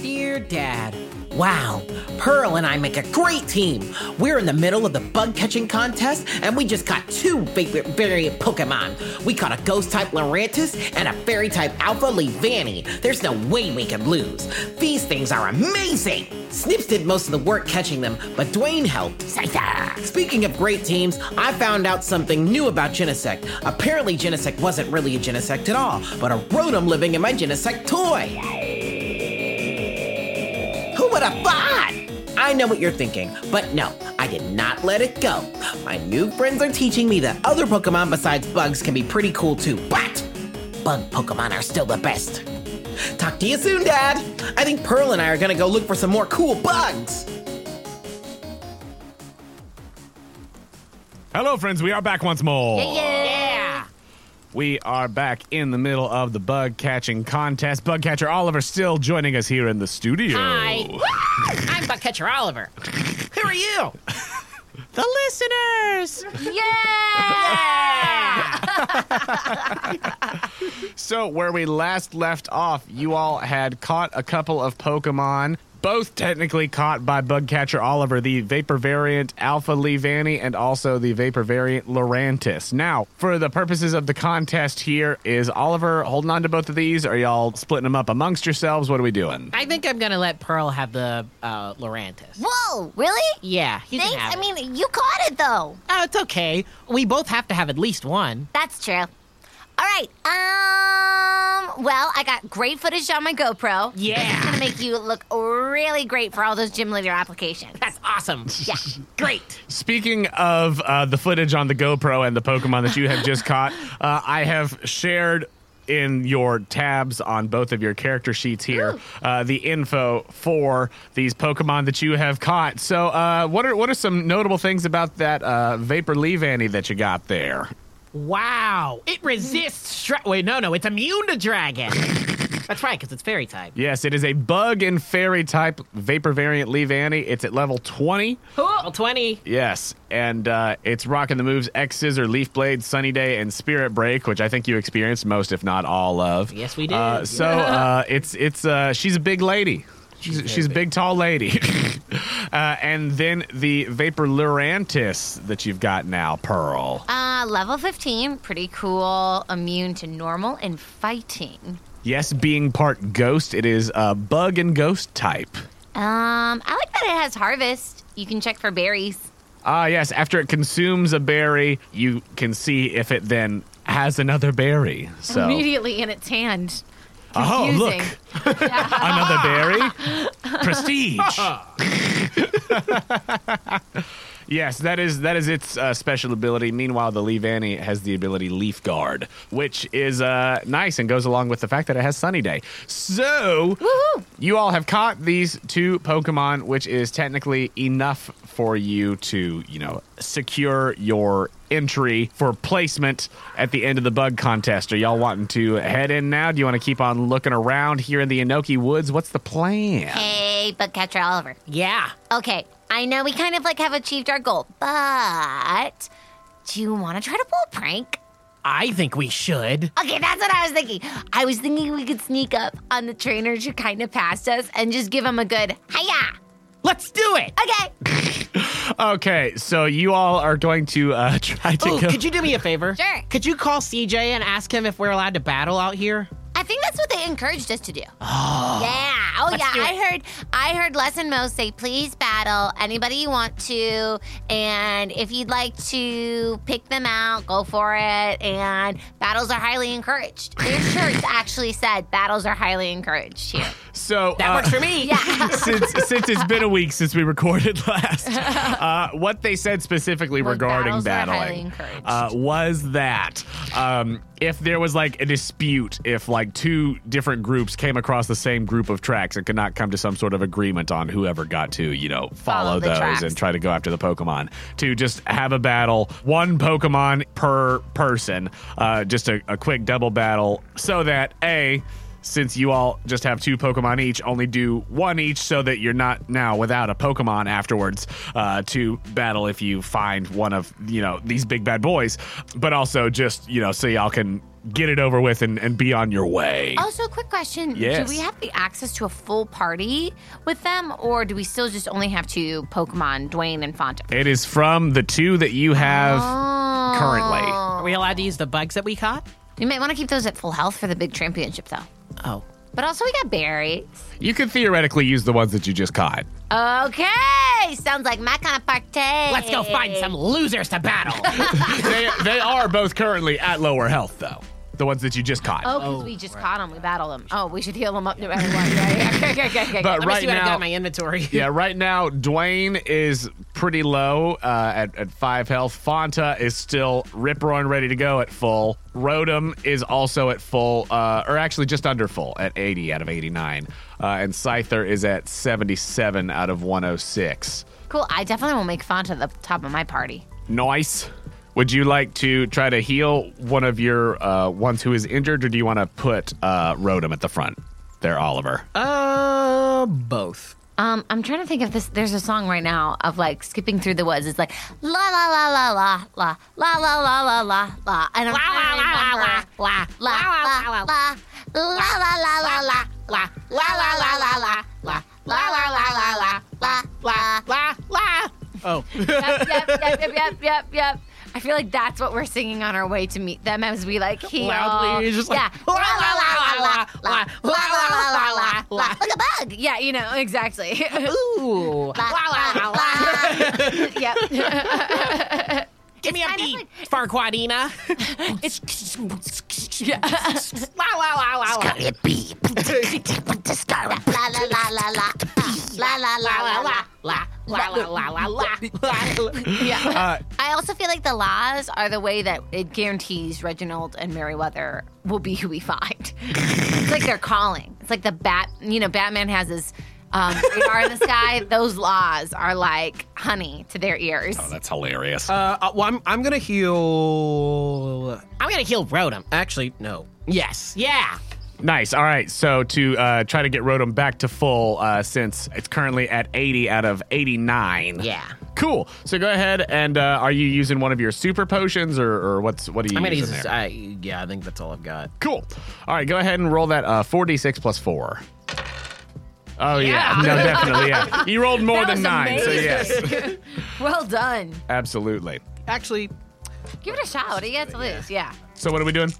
your dad. Wow, Pearl and I make a great team. We're in the middle of the bug catching contest, and we just caught two favorite variant Pokemon. We caught a ghost type Lurantis and a fairy type Alpha Levani. There's no way we could lose. These things are amazing. Snips did most of the work catching them, but Dwayne helped. Speaking of great teams, I found out something new about Genesect. Apparently, Genesect wasn't really a Genesect at all, but a Rotom living in my Genesect toy. Who would have thought? I know what you're thinking, but no, I did not let it go. My new friends are teaching me that other Pokemon besides bugs can be pretty cool too, but bug Pokemon are still the best. Talk to you soon, Dad. I think Pearl and I are gonna go look for some more cool bugs. Hello, friends. We are back once more. Yeah. We are back in the middle of the bug catching contest. Bug catcher Oliver still joining us here in the studio. Hi. I'm Buck Catcher Oliver. Who are you? The listeners. Yeah. So, where we last left off, you all had caught a couple of Pokemon, both technically caught by bug catcher Oliver, the Vapor variant Alpha Levani, and also the Vapor variant Lurantis. Now, for the purposes of the contest here, is Oliver holding on to both of these? Are y'all splitting them up amongst yourselves? What are we doing? I think I'm gonna let Pearl have the uh, Lorantis. Whoa, really? Yeah, you Thanks. can have I it. mean, you caught it though. oh, it's okay. We both have to have at least one. That's true. All right. Um. Well, I got great footage on my GoPro. It's Yeah, gonna make you look really great for all those gym leader applications. that's awesome. Yeah. Great. Speaking of uh, the footage on the GoPro and the Pokemon that you have just caught, uh, I have shared in your tabs on both of your character sheets here uh, the info for these Pokemon that you have caught. So, uh, what are what are some notable things about that uh, Vapor Leavanny that you got there? Wow. It resists. Stra- Wait, no, no. It's immune to dragon. that's right, because it's fairy type. Yes, it is a Bug and Fairy type Vapor variant Leavanny. It's at level twenty. Cool. Twenty. Yes, and uh, it's rocking the moves X Scissor, Leaf Blade, Sunny Day, and Spirit Break, which I think you experienced most, if not all of. Yes, we did. Uh, so uh, it's it's uh, she's a big lady. She's, she's a big tall lady, uh, and then the Vapor Lurantis that you've got now, Pearl. Uh, level 15, pretty cool. Immune to normal and fighting. Yes, being part ghost, it is uh, bug and ghost type. Um, I like that it has harvest. You can check for berries. Ah, yes. After it consumes a berry, you can see if it then has another berry. So Immediately and it's hand. Oh, Confusing. look. Another berry. Prestige. yes, that is that is its uh, special ability. Meanwhile, the Leavanny has the ability Leaf Guard, which is uh, nice and goes along with the fact that it has Sunny Day. So, Woohoo! you all have caught these two Pokemon, which is technically enough for you to, you know, secure your entry for placement at the end of the bug contest. Are y'all wanting to head in now? Do you want to keep on looking around here in the Inoki Woods? What's the plan? Hey, bug catcher Oliver. yeah. Okay, I know we kind of like have achieved our goal, but do you want to try to pull a prank? I think we should. Okay, that's what I was thinking. I was thinking we could sneak up on the trainers who kind of passed us and just give them a good hiya. Let's do it. Okay. Okay, so you all are going to uh, try to Oh, Ooh, go. could you do me a favor? Sure. Could you call CJ and ask him if we're allowed to battle out here? I think that's what they encouraged us to do. yeah. Oh yeah. do it. I heard I heard Les and Mo say, please battle anybody you want to. And if you'd like to pick them out, go for it. And battles are highly encouraged. Their shirts actually said battles are highly encouraged here. so That uh, works for me. Yeah. since since it's been a week since we recorded last, uh, what they said specifically Was regarding battles are highly battling encouraged. uh, was that um, if there was like a dispute, if like two different groups came across the same group of tracks and could not come to some sort of agreement on whoever got to you know follow, Follow the those tracks. and try to go after the Pokemon, to just have a battle, one Pokemon per person, uh, just a, a quick double battle, so that a since you all just have two Pokemon each, only do one each so that you're not now without a Pokemon afterwards uh, to battle if you find one of, you know, these big bad boys. But also just, you know, so y'all can get it over with and, and be on your way. Also, quick question. Yes. Do we have the access to a full party with them, or do we still just only have two Pokemon, Dwayne and Fonto? It is from the two that you have currently. Uh, Are we allowed to use the bugs that we caught? You might want to keep those at full health for the big championship, though. Oh. But also, we got berries. You could theoretically use the ones that you just caught. Okay, sounds like my kind of party. Let's go find some losers to battle. they, they are both currently at lower health, though. The ones that you just caught. Oh, because we just caught 'em. caught them. We battle them. Oh, we should heal them up no matter what. Yeah, yeah. Okay, okay, okay, okay. But Let me right see what I now, got in my inventory. yeah, right now, Dwayne is pretty low uh, at, at five health. Fonta is still rip roaring ready to go at full. Rotom is also at full, uh, or actually just under full at 80 out of 89. Uh, and Scyther is at 77 out of 106. Cool. I definitely will make Fonta the top of my party. Nice. Would you like to try to heal one of your uh, ones who is injured, or do you want to put uh, Rotom at the front? There, Oliver. Uh, both. Um, I'm trying to think of this. There's a song right now of like skipping through the woods. It's like la la la la la la la la la la la la. And I'm La, la, la, la, la la la la la la la la la la la la la la la la la la la la la la la la. La, la. Oh. Yep, yep, yep, yep, yep, yep, yep. I feel like that's what we're singing on our way to meet them as we like heal. Loudly, you're just like, yeah. "La, la, la, la, la, la, la la la la la la, la." like a bug. Yeah, you know exactly. Ooh. La, la, la. yep. Give me a kind of beat, like- Farquadina. it's. Yeah. La, la, la, la, la. It be Scarab. La la la la la la la la la la la. La, la, la, la, la, la. Yeah. I also feel like the laws are the way that it guarantees Reginald and Meriwether will be who we find. it's like they're calling. It's like the bat. You know, Batman has his um, radar in the sky. Those laws are like honey to their ears. That's hilarious. Uh, uh, well, I'm, I'm gonna heal. I'm gonna heal Rotom. Actually, no. Yes. Yeah. Nice. All right. So to uh, try to get Rotom back to full, uh, since it's currently at 80 out of 89. Yeah. Cool. So go ahead and uh, are you using one of your super potions or, or what's what are you I'm gonna using use this. uh, there? I, yeah, I think that's all I've got. cool. All right. Go ahead and roll that uh, 4d6 plus four. Oh yeah. Yeah. no, definitely yeah. You rolled more That than was nine, so yes, amazing. well done. absolutely. Actually, Give it a shot. What do you got to lose? Yeah. So what are we doing?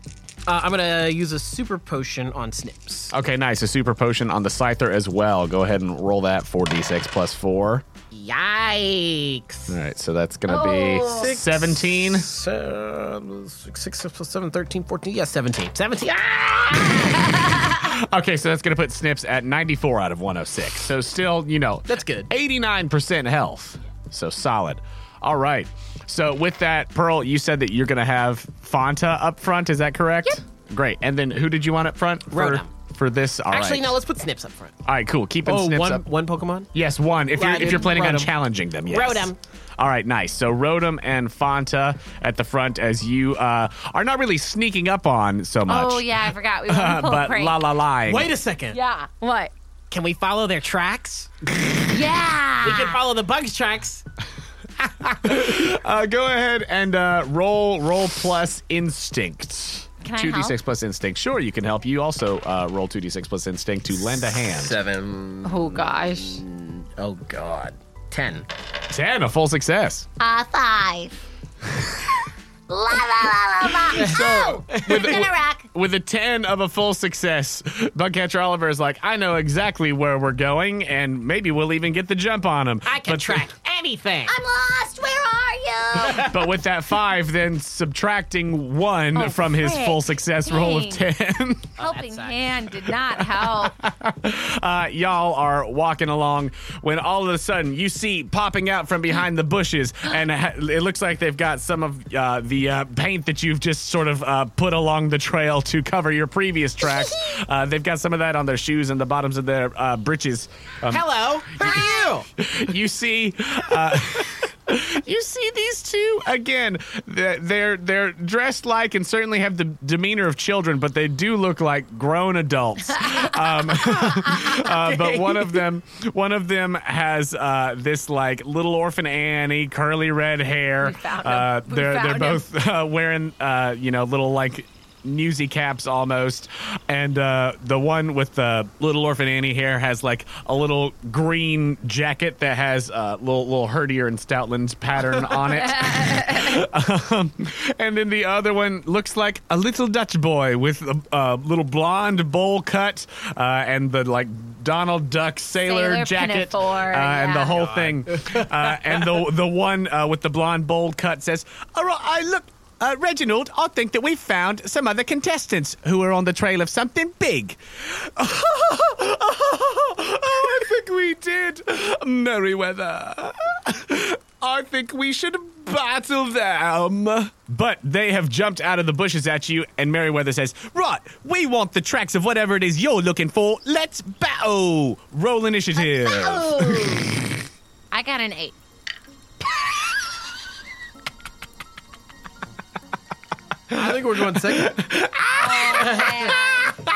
uh, I'm gonna use a super potion on Snips. Okay, nice. A super potion on the Scyther as well. Go ahead and roll that 4d6 plus 4. Yikes. All right, so that's going to Oh. be 17. So, six, six, six plus seven, 13, 14. Yeah, 17. 17. Ah! Okay, so that's going to put Snips at 94 out of 106. So still, you know, That's good. 89% health. So solid. All right. So with that, Pearl, you said that you're going to have Fonta up front. Is that correct? Great. And then who did you want up front? For, Rotom. For this? All right. Actually, no. Let's put Snips up front. All right, cool. Keeping Oh, Snips one, up. one Pokemon? Yes, one. If you're Right, if you're planning on Rotom. challenging them, yes. Rotom. All right, nice. So Rotom and Fonta at the front as you uh, are not really sneaking up on so much. Oh yeah, I forgot. We were uh, uh, pull but prank. la la la. Wait a second. Yeah. What? Can we follow their tracks? Yeah. We can follow the bugs' tracks. Uh, go ahead and uh, roll roll plus instinct. Can I Two d six plus instinct. Sure, you can help. You also uh, roll two d six plus instinct to lend a hand. Seven. oh gosh. Oh, God. 10. Ten, a full success. Uh, five. la la la la la. oh, it's gonna rock. With a 10 of a full success, Bugcatcher Oliver is like, I know exactly where we're going, and maybe we'll even get the jump on him. I can But- track anything. I'm lost. Where are you? But with that five, then subtracting one Oh, from his frick. full success roll of Dang. 10, Helping sucks. hand did not help. uh, y'all are walking along when all of a sudden you see popping out from behind the bushes, and ha- it looks like they've got some of uh, the uh, paint that you've just sort of uh, put along the trail to cover your previous tracks. uh, they've got some of that on their shoes and the bottoms of their uh, britches. Um, Hello. Who are you? you see uh, You see these two again. th- They're they're dressed like and certainly have the demeanor of children, but they do look like grown adults. Um, uh, but one of them, one of them has uh, this like little orphan Annie, curly red hair. We found him. Uh, We they're found they're him. both uh, wearing uh, you know little like newsy caps almost, and uh, the one with the little orphan Annie hair has like a little green jacket that has uh, little little herdier and stoutland's pattern on it. Um, and then the other one looks like a little Dutch boy with a, a little blonde bowl cut uh, and the like Donald Duck sailor, Sailor jacket pinafore, uh, and the yeah. whole thing. Uh, and the the one uh, with the blonde bowl cut says, "All right, I look." Uh, Reginald, I think that we found some other contestants who are on the trail of something big. oh, I think we did, Merriweather. I think we should battle them. But they have jumped out of the bushes at you, and Merriweather says, Right, we want the tracks of whatever it is you're looking for. Let's battle. Roll initiative. Oh. I got an eight. I think we're going second.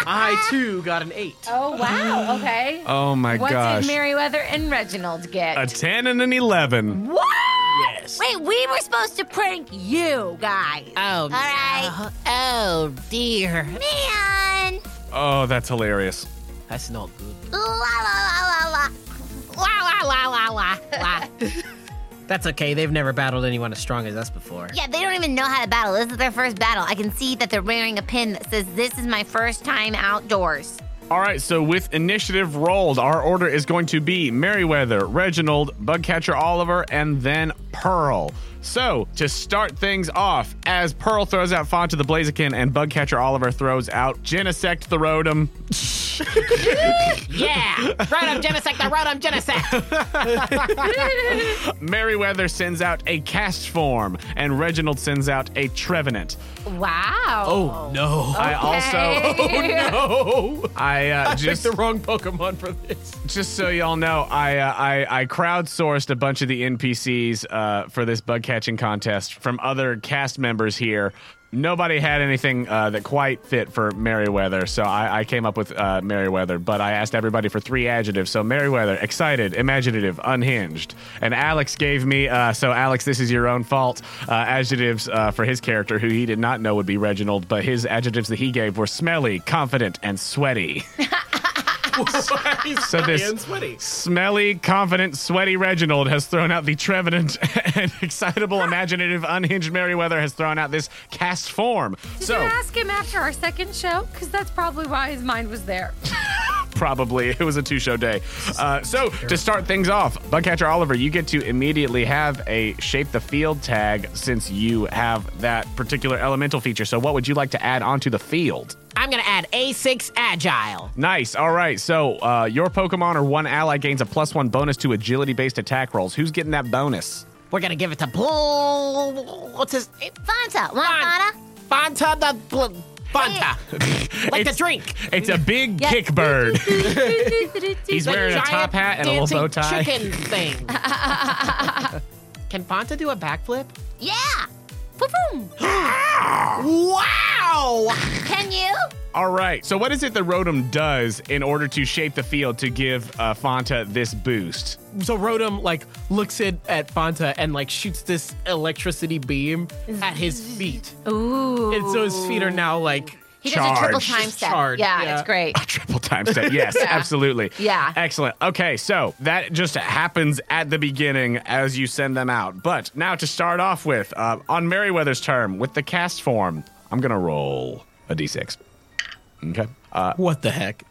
I too got an eight. Oh wow. Okay. Oh my what gosh. did Meriwether and Reginald get? a 10 and an 11. what? Wait, we were supposed to prank you guys. Oh, All right. oh dear. Man. Oh, that's hilarious. That's not good. La la la la la. La la la la la la. That's okay. They've never battled anyone as strong as us before. Yeah, they don't even know how to battle. This is their first battle. I can see that they're wearing a pin that says, This is my first time outdoors. All right, so with initiative rolled, our order is going to be Merriweather, Reginald, Bugcatcher Oliver, and then Pearl. So to start things off, as Pearl throws out Font to the Blaziken and Bugcatcher Oliver throws out Genesect the Rotom. Yeah! Rotom Genesect, the Rotom Genesect! Merriweather sends out a cast form, and Reginald sends out a Trevenant. Wow. no. I also Oh no. I uh just wrong Pokemon for this. just so y'all know, I uh, I I crowdsourced a bunch of the NPCs uh, for this bug catching contest from other cast members here. Nobody had anything uh, that quite fit for Merriweather, so I, I came up with uh, Merriweather. But I asked everybody for three adjectives. So Merriweather, excited, imaginative, unhinged, and Alex gave me. Uh, so Alex, this is your own fault. Uh, adjectives uh, for his character, who he did not know would be Reginald, but his adjectives that he gave were smelly, confident, and sweaty. So this and sweaty. smelly, confident, sweaty Reginald has thrown out the trevenant and excitable, imaginative, unhinged Merriweather has thrown out this cast form. Did so you ask him after our second show? Because that's probably why his mind was there. probably it was a two-show day. Uh, so to start things off, Bugcatcher Oliver, you get to immediately have a shape the field tag since you have that particular elemental feature. So what would you like to add onto the field? I'm gonna add A6 Agile. Nice. All right. So uh, your Pokemon or one ally gains a plus one bonus to agility-based attack rolls. Who's getting that bonus? We're gonna give it to Bl- What's his name? Fanta, want Fon- Fanta? Fanta the Bl- Fanta. like the It's- drink. It's a big Yeah. kick bird. The He's wearing a giant top hat and a little dancing bow tie. Chicken thing. Can Fanta do a backflip? Yeah. Boom. Wow! Can you? All right. So, what is it that Rotom does in order to shape the field to give uh, Fanta this boost? So Rotom like looks at at Fanta and like shoots this electricity beam at his feet, Ooh. and so his feet are now like He does a triple Charged. time step. Charged. Yeah, Yeah. it's great. Triple time step. Yes, absolutely. Yeah. Excellent. Okay, so that just happens at the beginning as you send them out. But now to start off with, uh, on Merriweather's term, with the cast form, I'm going to roll a d6. Okay. Uh, what the heck?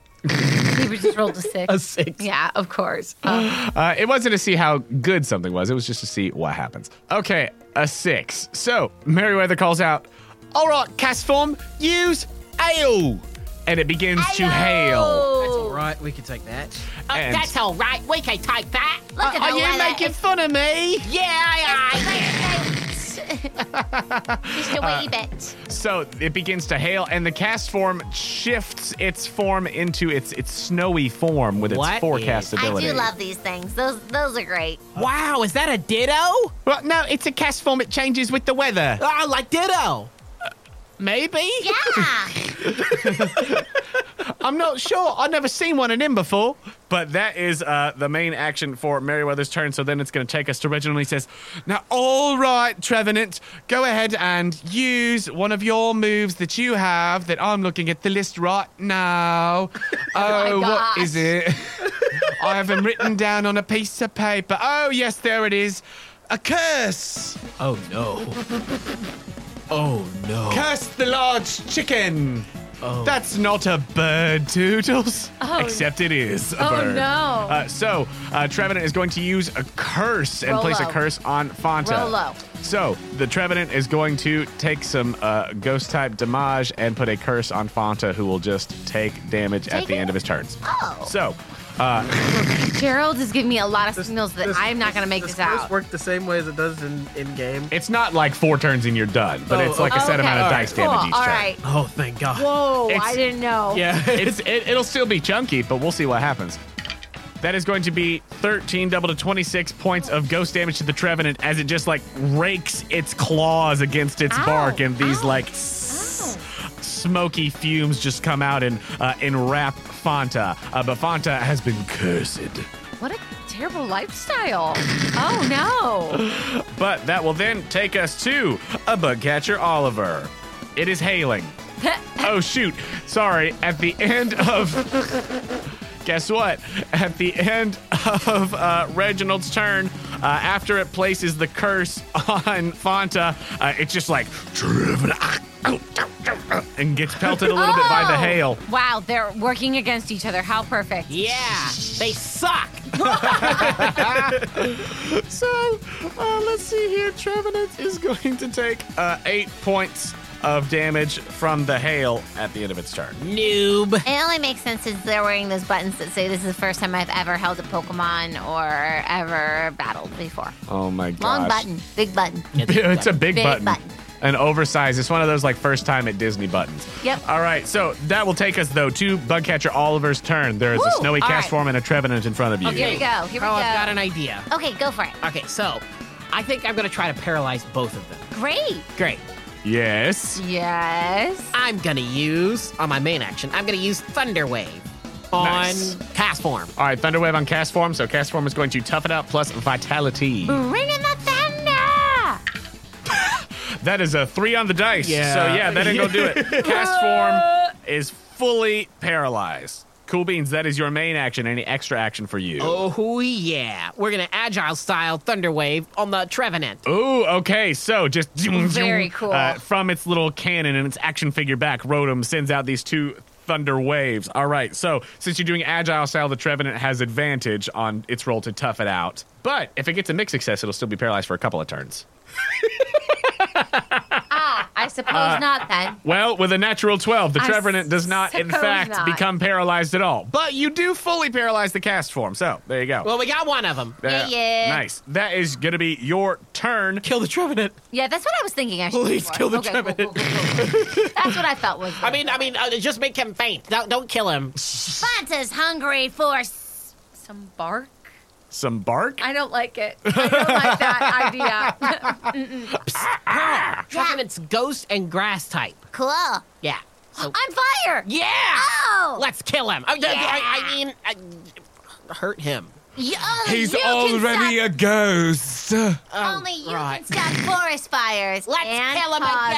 He was just rolled a six. A six. Yeah, of course. Uh, Uh, it wasn't to see how good something was. It was just to see what happens. Okay, a six. So Merriweather calls out, "All right, cast form, use ale," and it begins to hail. Right, we can take that. Uh, And- that's all right. We can take that. Look at Are the you weather. making fun of me? Yeah, I, I, Uh, Just a wee bit. So it begins to hail, and the cast form shifts its form into its its snowy form with its What forecast is- I ability. do love these things. Those those are great. Wow, is that a ditto? well, no, it's a cast form. It changes with the weather. Oh, like ditto. Maybe. Yeah. I'm not sure. I've never seen one of them before. But that is uh, the main action for Meriwether's turn. So then it's going to take us to Reginald. He says, Now, all right, Trevenant, go ahead and use one of your moves that you have that I'm looking at the list right now. oh, what is it? I have them written down on a piece of paper. Oh, yes, there it is. A curse. Oh no. Oh no. Curse the large chicken. That's not a bird, Toodles. Oh. Except it is a Oh, bird. no. Uh, so, uh, Trevenant is going to use a curse and place a Rolo. curse on Fonta. Rolo. So, the Trevenant is going to take some uh, ghost type damage and put a curse on Fonta, who will just take damage at Take the it? end of his turns. Oh. So, Gerald is giving me a lot of This- signals that I'm not going to make does this out. curse work the same way as it does in, in game? it's not like four turns and you're done, but Oh, it's like a set Okay, amount of dice cool, damage each All turn. right. Oh thank God. Whoa, It's- I didn't know. Yeah. it's it, it'll still be chunky, but we'll see what happens. That is going to be 13 double to 26 points of ghost damage to the Trevenant as it just like rakes its claws against its Ow, bark and these ow, like s- smoky fumes just come out and uh, enwrap Fanta. Uh, but Fanta has been cursed. What a terrible lifestyle. Oh no. But that will then take us to a bug catcher, Oliver. It is hailing. oh shoot! Sorry. At the end of, guess what? At the end of uh, Reginald's turn, uh, after it places the curse on Fonta, uh, it's just like and gets pelted a little bit by the Oh. hail. Wow, they're working against each other. How perfect. Yeah, they suck. So uh, let's see here. Trevenant is going to take uh, eight points of damage from the hail at the end of its turn. Noob. It only makes sense since they're wearing those buttons that say this is the first time I've ever held a Pokemon or ever battled before. Oh my gosh. Long button, big button. It's a big, Big button. button. An oversized. It's one of those like first time at Disney buttons. Yep. All right. So that will take us though to Bugcatcher Oliver's turn. There is a Woo, snowy all cast right. form and a Trevenant in front of you. Here we go. Here we Oh, I've got go. an idea. Okay, go for it. Okay, so I think I'm gonna try to paralyze both of them. Great. Great. Yes. Yes. I'm gonna use on my main action. I'm gonna use Thunder Wave on Nice. cast form. All right. Thunderwave on cast form. So cast form is going to toughen up plus vitality. Bring in the thunder. That is a three on the dice. Yeah. So yeah, that ain't gonna do it. Cast form is fully paralyzed. Cool beans. That is your main action. Any extra action for you? Oh yeah, we're gonna agile style Thunder Wave on the Trevenant. Oh. Ooh, okay. So just zoom, Very zoom, cool. uh, from its little cannon and its action figure back, Rotom sends out these two thunder waves. All right. So since you're doing agile style, the Trevenant has advantage on its roll to tough it out. But if it gets a mixed success, it'll still be paralyzed for a couple of turns. I suppose not then. Well, with a natural 12, the I Trevenant does not, in suppose fact, not. become paralyzed at all. But you do fully paralyze the cast form. So there you go. Well, we got one of them. Yeah, yeah. Nice. That is going to be your turn. Kill the Trevenant. Yeah, that's what I was thinking. I should Please do for kill it. the okay, cool, cool, cool, cool. That's what I felt was. I mean, I mean, uh, just make him faint. Don't don't kill him. Fanta's hungry for. s- Some bark. Some bark. I don't like it. I don't like that idea. Trevenant's ghost and grass type. Cool. Yeah. So, On fire. yeah. Oh. Let's kill him. Oh, yeah, Yeah. I, I mean, I, hurt him. You- only you can a stop- ghost. only you right. can stop forest fires. Let's and kill him cause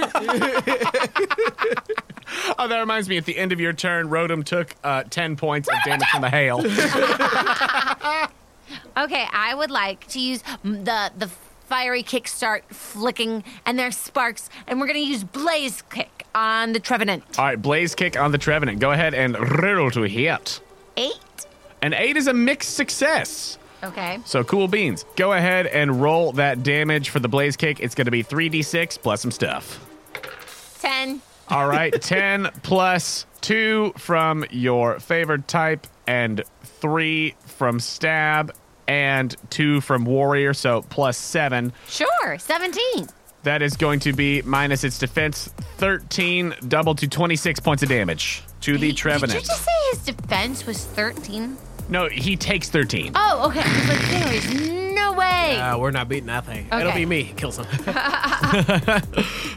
them. again. Oh, that reminds me. At the end of your turn, Rotom took uh, ten points of damage from the hail. Okay, I would like to use m- the the fiery kickstart flicking and their sparks, and we're gonna use blaze kick on the trevenant. All right, Blaze kick on the Trevenant. Go ahead and riddle to hit. Eight. An eight is a mixed success. Okay. So cool beans. Go ahead and roll that damage for the Blaze kick. It's going to be three d six plus some stuff. Ten. All right, ten plus two from your favored type, and three from stab, and two from warrior. So plus seven. Sure. Seventeen. That is going to be minus its defense 13, double to 26 points of damage to the Did you Trevenant. just say his defense was 13? No, he takes 13. Oh, okay. I was like, there is no way. Uh, we're not beating that thing. It'll Okay. be me. Kills him.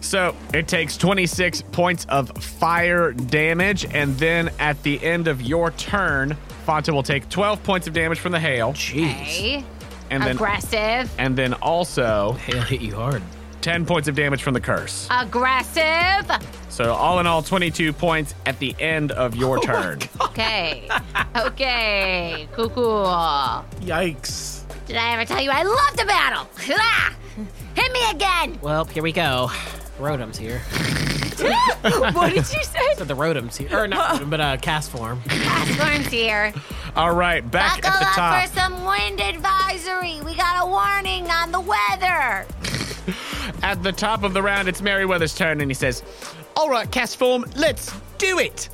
So it takes 26 points of fire damage, and then at the end of your turn, Fanta will take 12 points of damage from the hail, okay. and then Aggressive. and then also He'll hit you hard. 10 points of damage from the curse. Aggressive. So all in all, 22 points at the end of your turn. Okay. okay. Cool, cool. Yikes. Did I ever tell you I love to battle? Ah! Hit me again. Well, here we go. Rotom's here. what did you say? So the Rotom's here. Or not Rotom, but uh, cast form. Storm's here. all right, back Buckle at the up top. for some wind advisory. We got a warning on the weather. At the top of the round, it's Merriweather's turn, and he says, All right, cast form, let's do it.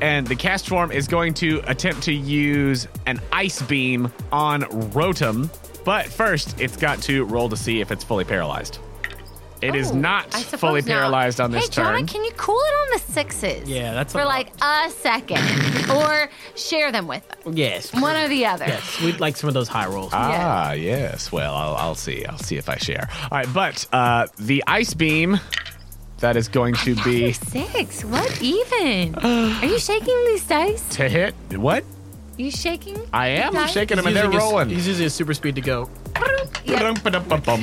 And the cast form is going to attempt to use an ice beam on Rotom. But first, it's got to roll to see if it's fully paralyzed. It is Oh, not I suppose fully not. paralyzed on this hey, Jonah, turn. can you cool it on the sixes? Yeah, that's a for lot. like a second, or share them with us. Yes. One or the other. Yes. We'd like some of those high rolls. Ah, yes. Well, I'll, I'll see. I'll see if I share. All right, but uh, the ice beam that is going to be Six. What even? Are you shaking these dice? to hit. What? Are you shaking? I am Dice? shaking them and He's they're using his- rolling. he's using his super speed to go. Yep. Ba-dum-ba-dum-bum-bum.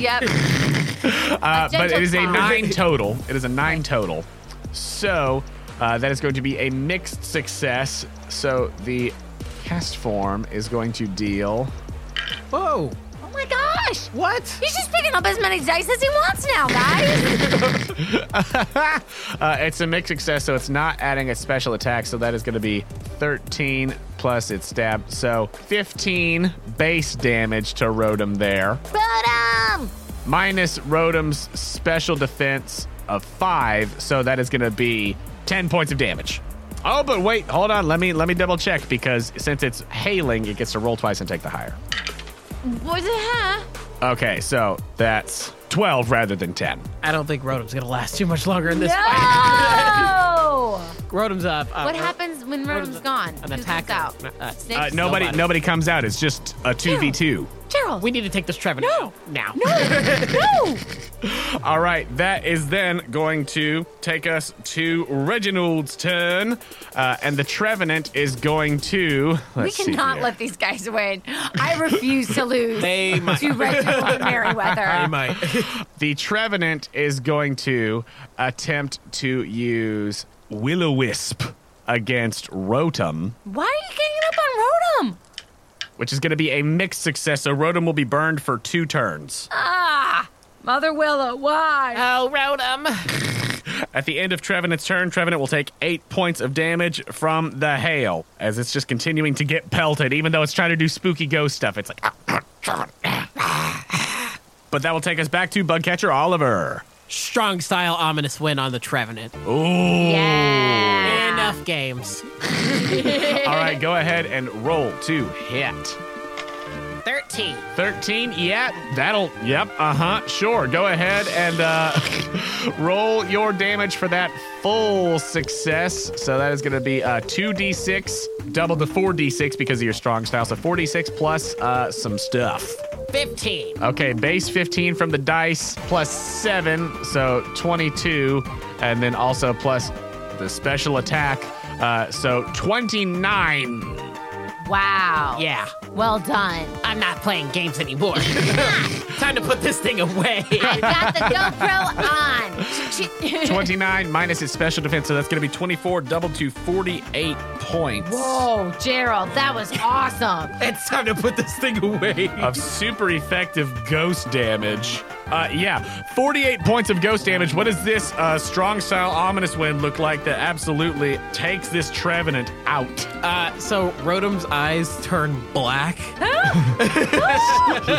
yep. Uh, but gentle it is a climb. nine total. It is a nine total. So uh, that is going to be a mixed success. So the cast form is going to deal. Whoa. Oh my gosh. What? He's just picking up as many dice as he wants now, guys. Uh, it's a mixed success, so it's not adding a special attack. So that is going to be 13 plus its stab. So 15 base damage to Rotom there, Rotom. minus Rotom's special defense of five. So that is going to be 10 points of damage. Oh, but wait, hold on. Let me let me double check because since it's hailing, it gets to roll twice and take the higher. Was it huh? Okay, so that's 12 rather than 10. I don't think Rotom's going to last too much longer in this fight. No. Rotom's up. Uh, what Ro- happens when Rotom's a- gone? An Who attack. comes out? Uh, Snake? Uh, nobody Nobody. nobody comes out. It's just a 2v2. Gerald. we need to take this Trevor No. now. no. All right, that is then going to take us to Reginald's turn. Uh, and the Trevenant is going to. We Let's see cannot here. let these guys win. I refuse to lose They might. to Reginald and They Merriweather. might. The Trevenant is going to attempt to use Will O Wisp against Rotom, Why are you getting up on Rotom? which is going to be a mixed success. So Rotom will be burned for two turns. Ah, Mother Willow, why? oh, Rotom. At the end of Trevenant's turn, Trevenant will take eight points of damage from the hail as it's just continuing to get pelted, even though it's trying to do spooky ghost stuff. It's like. But that will take us back to Bugcatcher Oliver. Strong style, ominous win on the Trevenant. yeah. Enough games. All right, go ahead and roll to hit. 13. 13 yeah that'll yep uh-huh sure go ahead and uh roll your damage for that full success so that is going to be uh 2d6 double the 4d6 because of your strong style so 4d6 plus uh some stuff 15. okay base 15 from the dice plus 7 so 22 and then also plus the special attack uh so 29 Wow. Yeah. Well done. I'm not playing games anymore. Time to put this thing away. I got the GoPro on. 29 minus its special defense, so that's going to be 24 double to 48 points Whoa, Gerald, that was awesome. It's time to put this thing away. of super effective ghost damage. Uh, yeah, 48 points of ghost damage. What does this uh, strong style ominous wind look like that absolutely takes this Trevenant out? Uh, so Rotom's eyes turn black.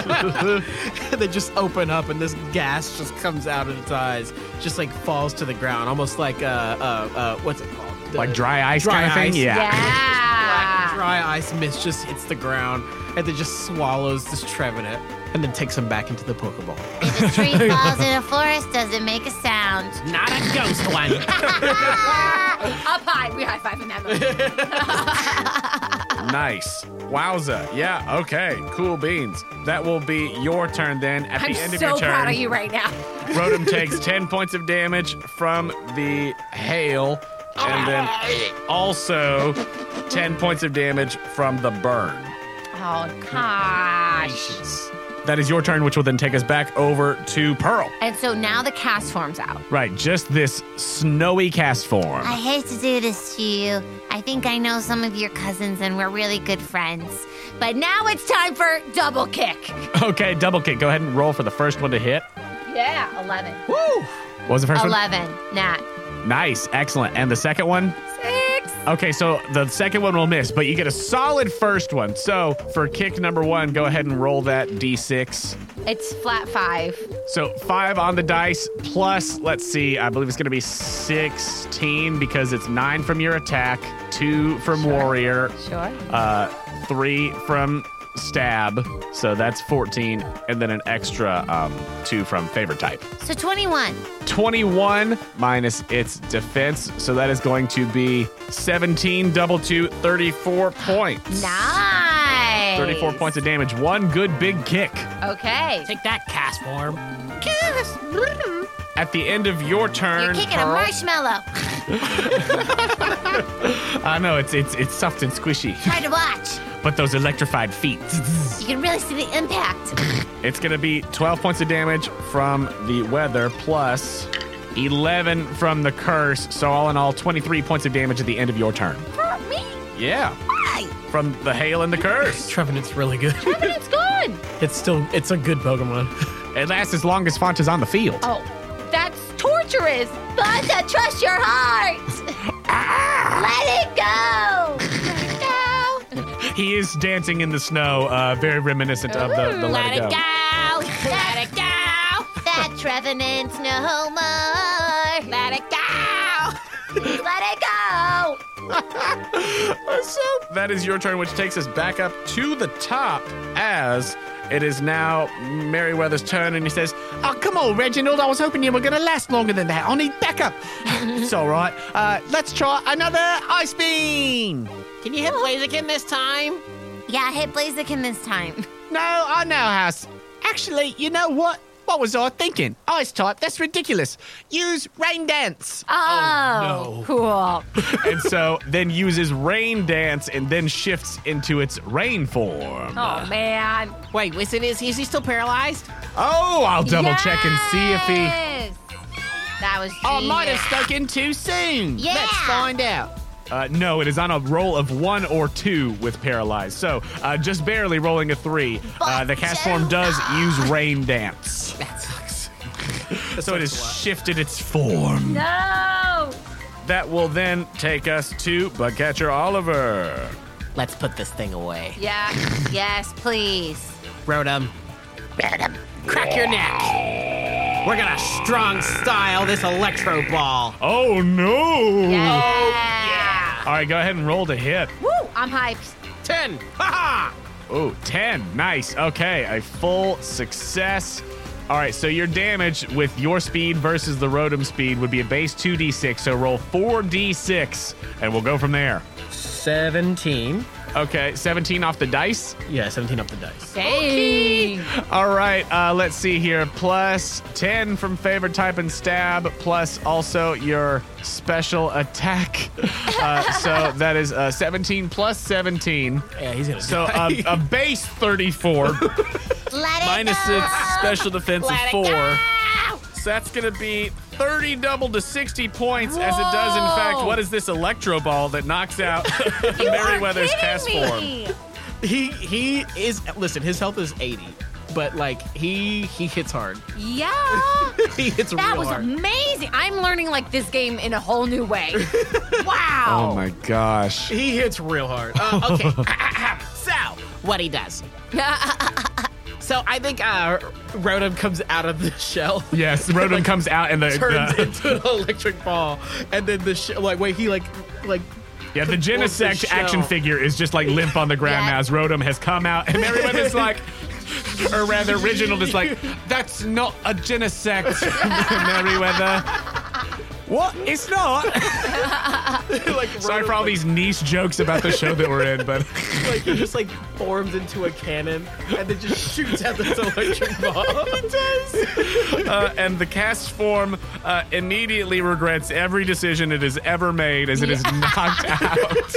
they just open up, and this gas just comes out of its eyes, just like falls to the ground, almost like uh, uh, uh what's it called? The- Like dry ice Dry kind of ice. thing? Yeah. Yeah. dry ice mist just hits the ground and then just swallows this Trevenant and then takes him back into the Pokeball. If a tree falls in a forest, does it make a sound? Not a ghost one. Up high. We high five in that moment. Nice. Wowza. Yeah, okay. Cool beans. That will be your turn then. At I'm the end of so your turn, proud of you right now. Rotom takes 10 points of damage from the hail, and then also 10 points of damage from the burn. Oh gosh. That is your turn, which will then take us back over to Pearl. And so now the cast form's out. Right, just this snowy cast form. I hate to do this to you. I think I know some of your cousins and we're really good friends. But now it's time for double kick. Okay, double kick. Go ahead and roll for the first one to hit. Yeah, eleven. What was the first one? 11. Nat. Nice, excellent. And the second one? Six. Okay, so the second one will miss, but you get a solid first one. So for kick number one, go ahead and roll that d6. It's flat five. So five on the dice plus, let's see, I believe it's going to be 16 because it's nine from your attack, two from warrior, Sure. uh, three from stab. So that's 14, and then an extra um, two from favorite type. So 21. 21 minus its defense. So that is going to be 17, double two, 34 points. Nice. 34 points of damage. One good big kick. Okay. Take that cast form. At the end of your turn, You're kicking a Pearl- marshmallow. I know it's it's it's soft and squishy, Try to watch. but those electrified feet. You can really see the impact. It's gonna be 12 points of damage from the weather plus 11 from the curse. So all in all, 23 points of damage at the end of your turn. For me. Yeah, Hi. from the hail and the curse. Trevenant's really good. It's good. It's still it's a good Pokemon. It lasts as long as Font is on the field. Oh, that's torturous. Bonta, trust your Ah. heart. Let it go. He is dancing in the snow, uh, very reminiscent of the, the Let, Let It Go. Let it go. That Trevenant no more. Let it go. Let it go. So that is your turn, which takes us back up to the top as it is now Merriweather's turn, and he says, Oh come on, Reginald! I was hoping you were gonna last longer than that. I need backup. it's all right. Uh, let's try another ice beam. Can you hit Blaziken this time? Yeah, hit Blaziken this time. No, I know, House. Actually, you know what? What was I thinking? Ice type. That's ridiculous. Use rain dance. Oh, Cool. and so then uses rain dance and then shifts into its rain form. Oh man. Wait, is, it, is, is he still paralyzed? Oh, I'll double check and see if he. Yes. that was. I might have genius. stuck in too soon. Yeah. Let's find out. Uh, no, it is on a roll of one or two with paralyzed. So uh, just barely rolling a three. Uh, the cast form does use rain dance. That sucks. so it has shifted its form. No. That will then take us to Bugcatcher Oliver. Let's put this thing away. Yeah. Yes, please. Rotom. Crack your neck. We're gonna strong style this electro ball. Oh no! Oh, Yeah. All right, go ahead and roll to hit. Woo. I'm hyped. Ten. Ha Ah! Ooh, 10. Nice. Okay, a full success. All right, so your damage with your speed versus the Rotom speed would be a base 2d6. So roll 4d6, and we'll go from there. 17. Okay, 17 off the dice. Yeah, 17 up the dice. Dang. All right, uh, let's see here. Plus 10 from favorite type and stab, plus also your special attack. Uh, so that is uh, 17 plus 17. Yeah, he's gonna. So um, a base 34 Let it minus go. its special defense of Let it four. go. So that's going to be 30 double to 60 points, as it does, in fact, what is this electro ball that knocks out Merriweather's cast form? he he is. Listen, his health is 80, but like he he hits hard. Yeah. he hits That real was hard. amazing. I'm learning like this game in a whole new way. wow. Oh my gosh. He hits real hard. Uh, ha. Okay. so what he does? So I think uh, Rotom comes out of the shell, Yes, Rotom comes out and the, turns the- into an electric ball, and then the sh- like wait he like like Yeah, the Genesect action figure is just like limp on the ground Yeah. now as Rotom has come out, and everyone is like, or rather, Reginald is like, that's not a Genesect, Merriweather. What? It's not. like Sorry Rotom, for all like- these niche jokes about the show that we're in, but Like he just like forms into a cannon and then just shoots at this electric bomb. uh, and the cast form uh, immediately regrets every decision it has ever made as it is knocked out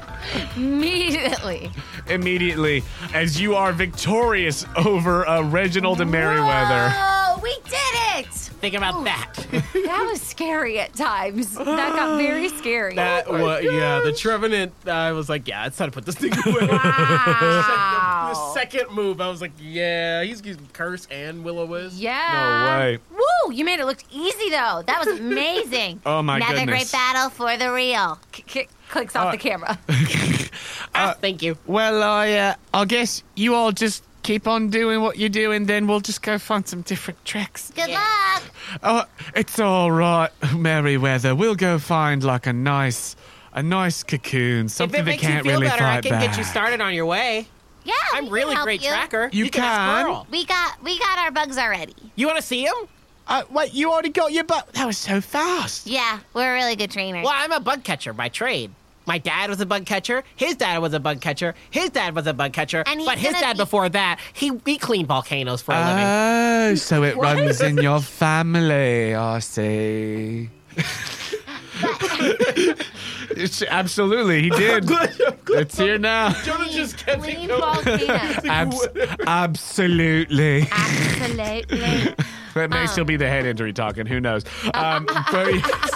Immediately. immediately as you are victorious over uh, Reginald and Merriweather. Oh, we did it! Think about that. That was scary at times. That got very scary. Oh That wa- yeah, the Trevenant. I was like, yeah, it's time to put this thing away. Wow. the second move, I was like, yeah, he's using curse and will o wisp. yeah. way. Woo! You made it look easy though. That was amazing. Oh my Another goodness. great battle for the real. K- k- clicks off the camera. Uh, Thank you. Well, I, uh, I guess you all just keep on doing what you're doing, then we'll just go find some different tracks. Good luck. Oh, It's all right, Merryweather. We'll go find like a nice, a nice cocoon, something if it that makes can't you feel really better, I fight can back. get you started on your way. Yeah, we I'm can really help great you. tracker. You can. ask can. Pearl. We got we got our bugs already. You want to see him? uh, wait, you already got your butt. That was so fast. Yeah, we're a really good trainer. Well, I'm a bug catcher by trade. My dad was a bug catcher. His dad was a bug catcher. His dad was a bug catcher. And he's but his gonna dad be- before that, he he cleaned volcanoes for a Uh, living. Oh, so it runs in your family, I see. It's- absolutely, he did. it's here now. Jonah just kept Clean it volcanoes. Abs- absolutely. Ah. Absolutely. That may still be the head injury talking. Who knows? Um, but yes.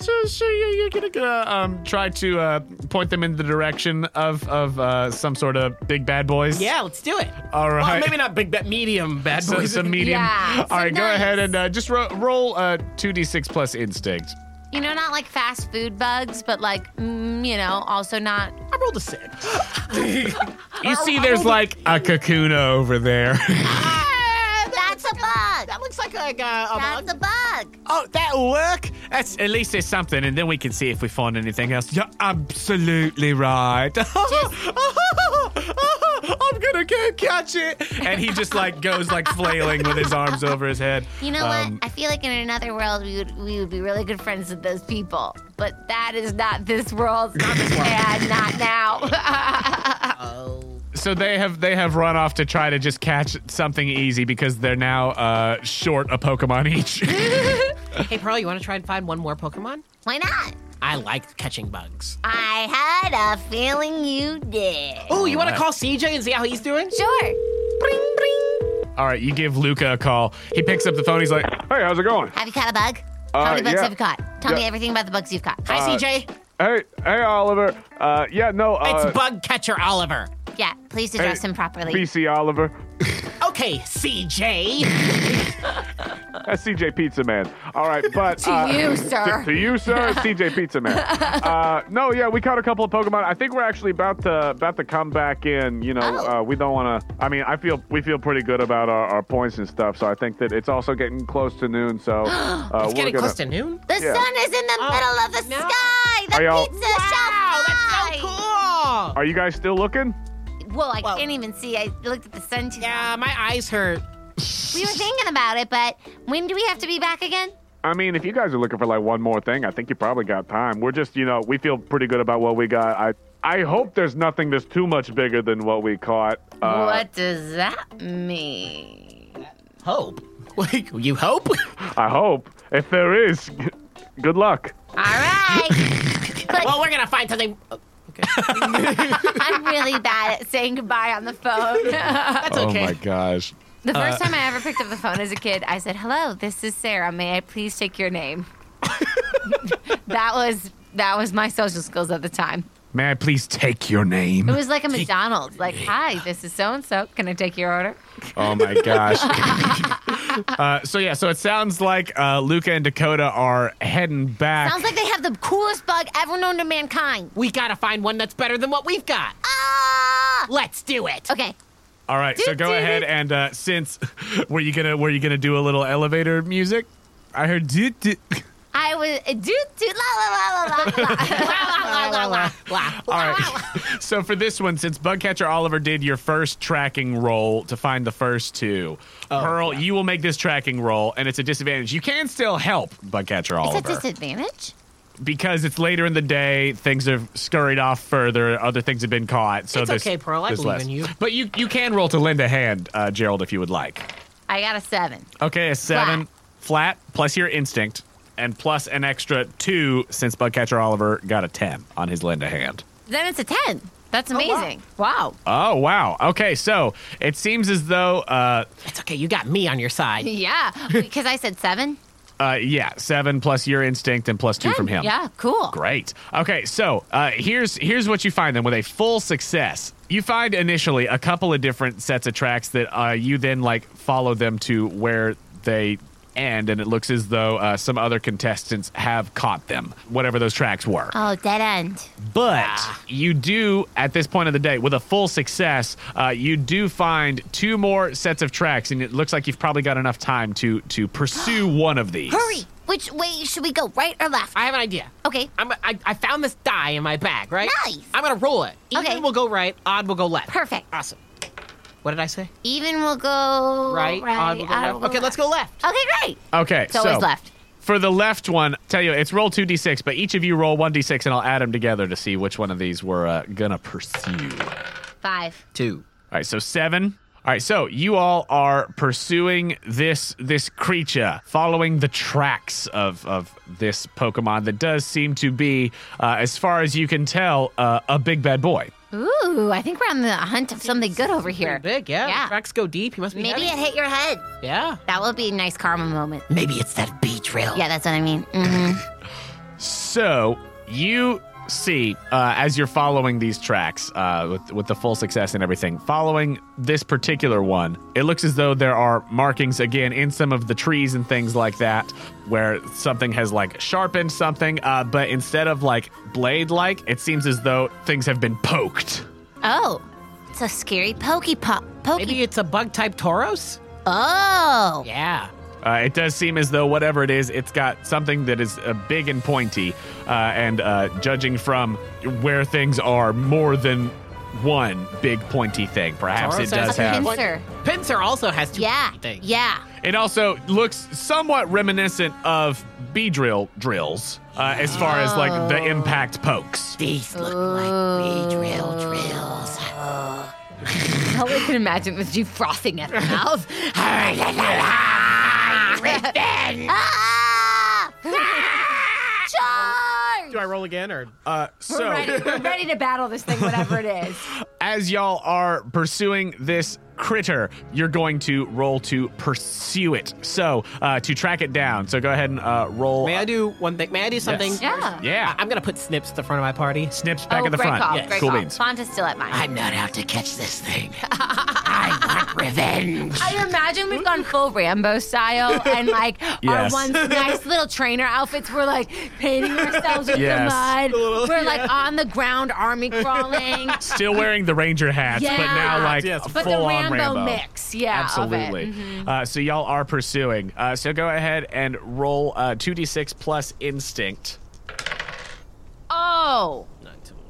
so, so you're, you're gonna, uh, um, try to uh, point them in the direction of of uh, some sort of big bad boys. Yeah, let's do it. All right. Well, maybe not big, but medium bad So boys. it's a medium. Yeah, All right, go nice. ahead and uh, just ro- roll uh, 2d6 plus instinct. you know, not like fast food bugs, but like mm, you know, also not. I rolled a six. You see, there's like a cocoon over there. That's a bug. Ah, That looks like like uh, a, a bug. That's a bug. oh, that'll work. That's at least there's something, and then we can see if we find anything else. You're absolutely right. I'm gonna go catch it. And he just like goes like flailing with his arms over his head. You know Um, what? I feel like in another world we would we would be really good friends with those people, but that is not this world. Not this world. Not now. So they have they have run off to try to just catch something easy because they're now uh, short a Pokemon each. Hey, Pearl, you um, want to try and find one more Pokemon? Why not? I like catching bugs. I had a feeling you did. Oh, you want to call CJ and see how he's doing? Sure. Bring, bring. All right, you give Luca a call. He picks up the phone. He's like, "Hey, how's it going? Have you caught a bug? How many bugs Uh, yeah. have you caught? Tell me Yeah. Uh, everything about the bugs you've caught. Hi, CJ. Hey, hey, Oliver. Uh, yeah, no, It's uh, bug catcher Oliver. Yeah, please address him properly. BC Oliver. Okay, CJ. That's CJ Pizza Man. All right, but to uh, you, sir. to you, sir, CJ Pizza Man. Uh, no, yeah, we caught a couple of Pokemon. I think we're actually about to about to come back in. You know, Oh. uh, we don't want to. I mean, I feel we feel pretty good about our, our points and stuff. So I think that it's also getting close to noon. So uh, it's we're getting gonna- close to noon. the yeah. sun is in the Oh, middle of the sky. The Are y'all- pizza shall Wow, fly. that's so cool. Are you guys still looking? Well, I can't even see. I looked at the sun. Too. Yeah, my eyes hurt. We were thinking about it, but when do we have to be back again? I mean, if you guys are looking for like one more thing, I think you probably got time. We're just, you know, we feel pretty good about what we got. I I hope there's nothing that's too much bigger than what we caught. Uh, what does that mean? Hope. Like, you hope? I hope. If there is, good luck. All right. well, we're going to find something. I'm really bad at saying goodbye on the phone. That's okay. Oh, gosh. The first time I ever picked up the phone as a kid, I said, "Hello, this is Sarah. May I please take your name?" that was that was my social skills at the time. May I please take your It name? was like a McDonald's, like, "Hi, this is so and so. Can I take your order?" Oh my gosh. uh, so yeah, so it sounds like uh, Luca and Dakota are heading back. Sounds like they have the coolest bug ever known to mankind. We got to find one that's better than what we've got. Ah! Let's do it. Okay. All right, so go ahead and uh, since were you gonna were you gonna do a little elevator music? I heard. do- do- I was uh, do do la la la la la. la. All right. so for this one, since Bugcatcher Oliver did your first tracking roll to find the first two, Oh, Pearl, you will make this tracking roll, and it's a disadvantage. You can still help Bugcatcher It's a Oliver disadvantage. because it's later in the day. Things have scurried off further. Other things have been caught. So It's there's- okay, Pearl. I there's believe less. in you. But you you can roll to lend a hand, uh, Gerald, if you would like. I got a seven. Okay, a seven flat. plus your instinct, and plus an extra two since Bugcatcher Oliver got a ten on his lend a hand. Then it's a ten. That's wow. amazing. wow. Oh wow. Okay, so it seems as though uh, It's okay. You got me on your side. Yeah, because I said seven. uh yeah, seven plus your instinct and plus two from him. Yeah, cool. Great. Okay, so uh, here's here's what you find then with a full success. You find initially a couple of different sets of tracks that uh, you then like follow them to where they end, and it looks as though uh, some other contestants have caught them, whatever those tracks were. Oh, Uh, dead end. But you do, at this point of the day, with a full success, uh, you do find two more sets of tracks, and it looks like you've probably got enough time to to pursue one of these. Hurry! Which way should we go? Right or left? I have an idea. Okay. I'm, I, I found this die in my bag, right? Nice. I'm going to roll it. Even Okay. will go right, odd will go left. Perfect. Uh, Awesome. What did I say? Even we'll go Right, odd will go I left. will okay, let's go left. Okay, great. Okay, It's always so left. for the left one, tell you it's roll two d6, but each of you roll one d6, and I'll add them together to see which one of these we're uh, gonna pursue. Five. Two. All right, so seven. All right, so you all are pursuing this this creature, following the tracks of of this Pokemon that does seem to be, uh, as far as you can tell, uh, a big bad boy. Ooh, I think we're on the hunt of something good over here. Pretty big, yeah. Yeah. Tracks go deep. He must be Maybe heavy. it hit your head. Yeah. That would be a nice karma moment. Maybe it's that bee drill. Yeah, that's what I mean. Mhm. So you see, uh, as you're following these tracks uh, with with the full success and everything, following this particular one, it looks as though there are markings again in some of the trees and things like that, where something has like sharpened something, uh, but instead of like blade like, it seems as though things have been poked. Oh, it's a scary pokey pop. Pokey. Maybe it's a bug type Tauros? Oh. Yeah. Uh, it does seem as though whatever it is, it's got something that is uh, big and pointy. Uh, and uh, judging from where things are, more than one big pointy thing. Perhaps it Tauros has does a have. point- pincer. Pincer also has two Yeah. things. Yeah. It also looks somewhat reminiscent of B drill drills, uh, as far as like Oh. the impact pokes. These look like bee drill drills. All I can imagine was you frothing at the mouth. Ah! Charge! Do I roll again or? Uh, We're so. ready, we're ready to battle this thing, whatever it is. as y'all are pursuing this critter, you're going to roll to pursue it. So uh, to track it down. So go ahead and uh, roll. May I do one thing? May I do something? Yeah. Yeah. I- am going to put Snips at the front of my party. Snips back oh, in the great front. Call, Yeah, great cool call. beans. Fonta's still at mine. I'm not out to catch this thing. I Ah. want revenge. I imagine we've gone full Rambo style and like our Yes. one nice little trainer outfits. We're like painting ourselves with Yes. the mud. We're like on the ground, army crawling. Still wearing the ranger hats, but Yeah. now like Yes. But the full on Rambo, Rambo. mix, yeah, Absolutely. Of it. Mm-hmm. uh, so y'all are pursuing. Uh, so go ahead and roll uh, 2d6 plus instinct. Oh,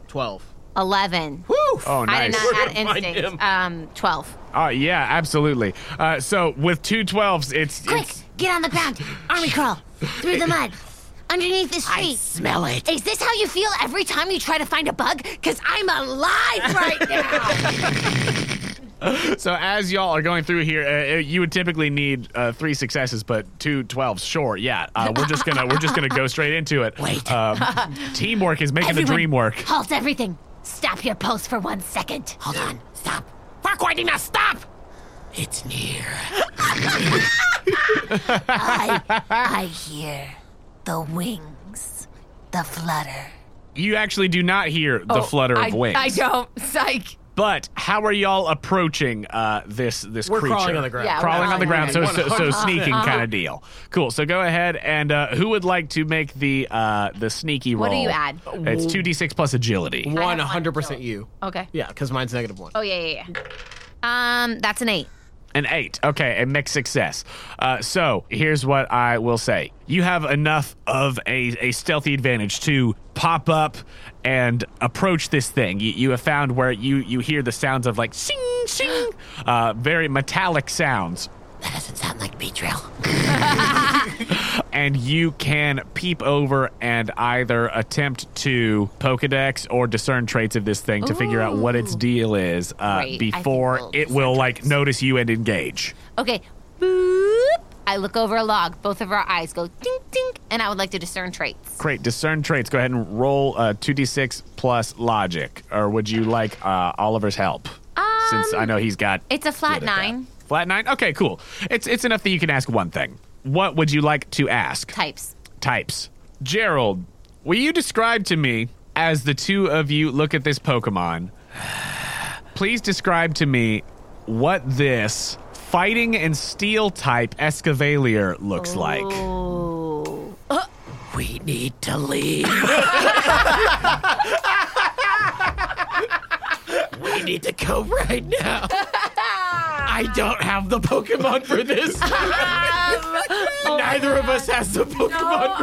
Twelve. 11. Oh, I did nice. not Where have did I find him? instinct. Um, twelve. Uh, yeah, absolutely. Uh, so with two 12s, it's Quick, it's get on the ground. Army crawl. Through the mud. Underneath this I tree. smell it. Is this how you feel every time you try to find a bug? Because I'm alive right now. So as y'all are going through here, uh, uh, you would typically need uh, three successes, but two 12s. Sure, yeah. Uh, we're just gonna we're just gonna go straight into it. Wait. Um, teamwork is making the Everyone, dream work. Halt everything. Stop your pulse for one second. Hold on. Stop. Farquaad, do not stop! It's near. I hear the wings, the flutter. You actually do not hear the flutter of Oh, I, wings. I don't. Psych. But how are y'all approaching uh, this this We're creature? crawling on the ground. Yeah, we're crawling on the ground, so so, so 100%. sneaking Uh-huh. kind of deal. Cool. So go ahead and uh, who would like to make the uh, the sneaky roll? What do you add? It's two d six plus agility. One I have one hundred percent you. Okay. Yeah, because mine's negative one. Oh yeah, yeah, yeah. Um, that's an eight. An eight. Okay, a mixed success. Uh, so here's what I will say: you have enough of a, a stealthy advantage to pop up and approach this thing. You, you have found where you you hear the sounds of like sing sing, uh, very metallic sounds. That doesn't sound like Beatrill. and you can peep over and either attempt to Pokedex or discern traits of this thing to figure out what its deal is uh, Great. I think before we'll it will like notice you and engage. Okay. Boop. I look over a log. Both of our eyes go ding ding, and I would like to discern traits. Great, discern traits. Go ahead and roll uh, 2d6 plus logic, or would you like uh, Oliver's help? Since I know he's got Um, It's a flat good at that. nine. Flat nine. Okay, cool. It's it's enough that you can ask one thing. What would you like to ask? Types. types. Gerald, will you describe to me, as the two of you look at this Pokemon, please describe to me what this fighting and steel type Escavalier looks like? Oh. We need to leave. I need to go right now. I don't have the Pokemon for this. Um, Neither of us has the Oh, Pokemon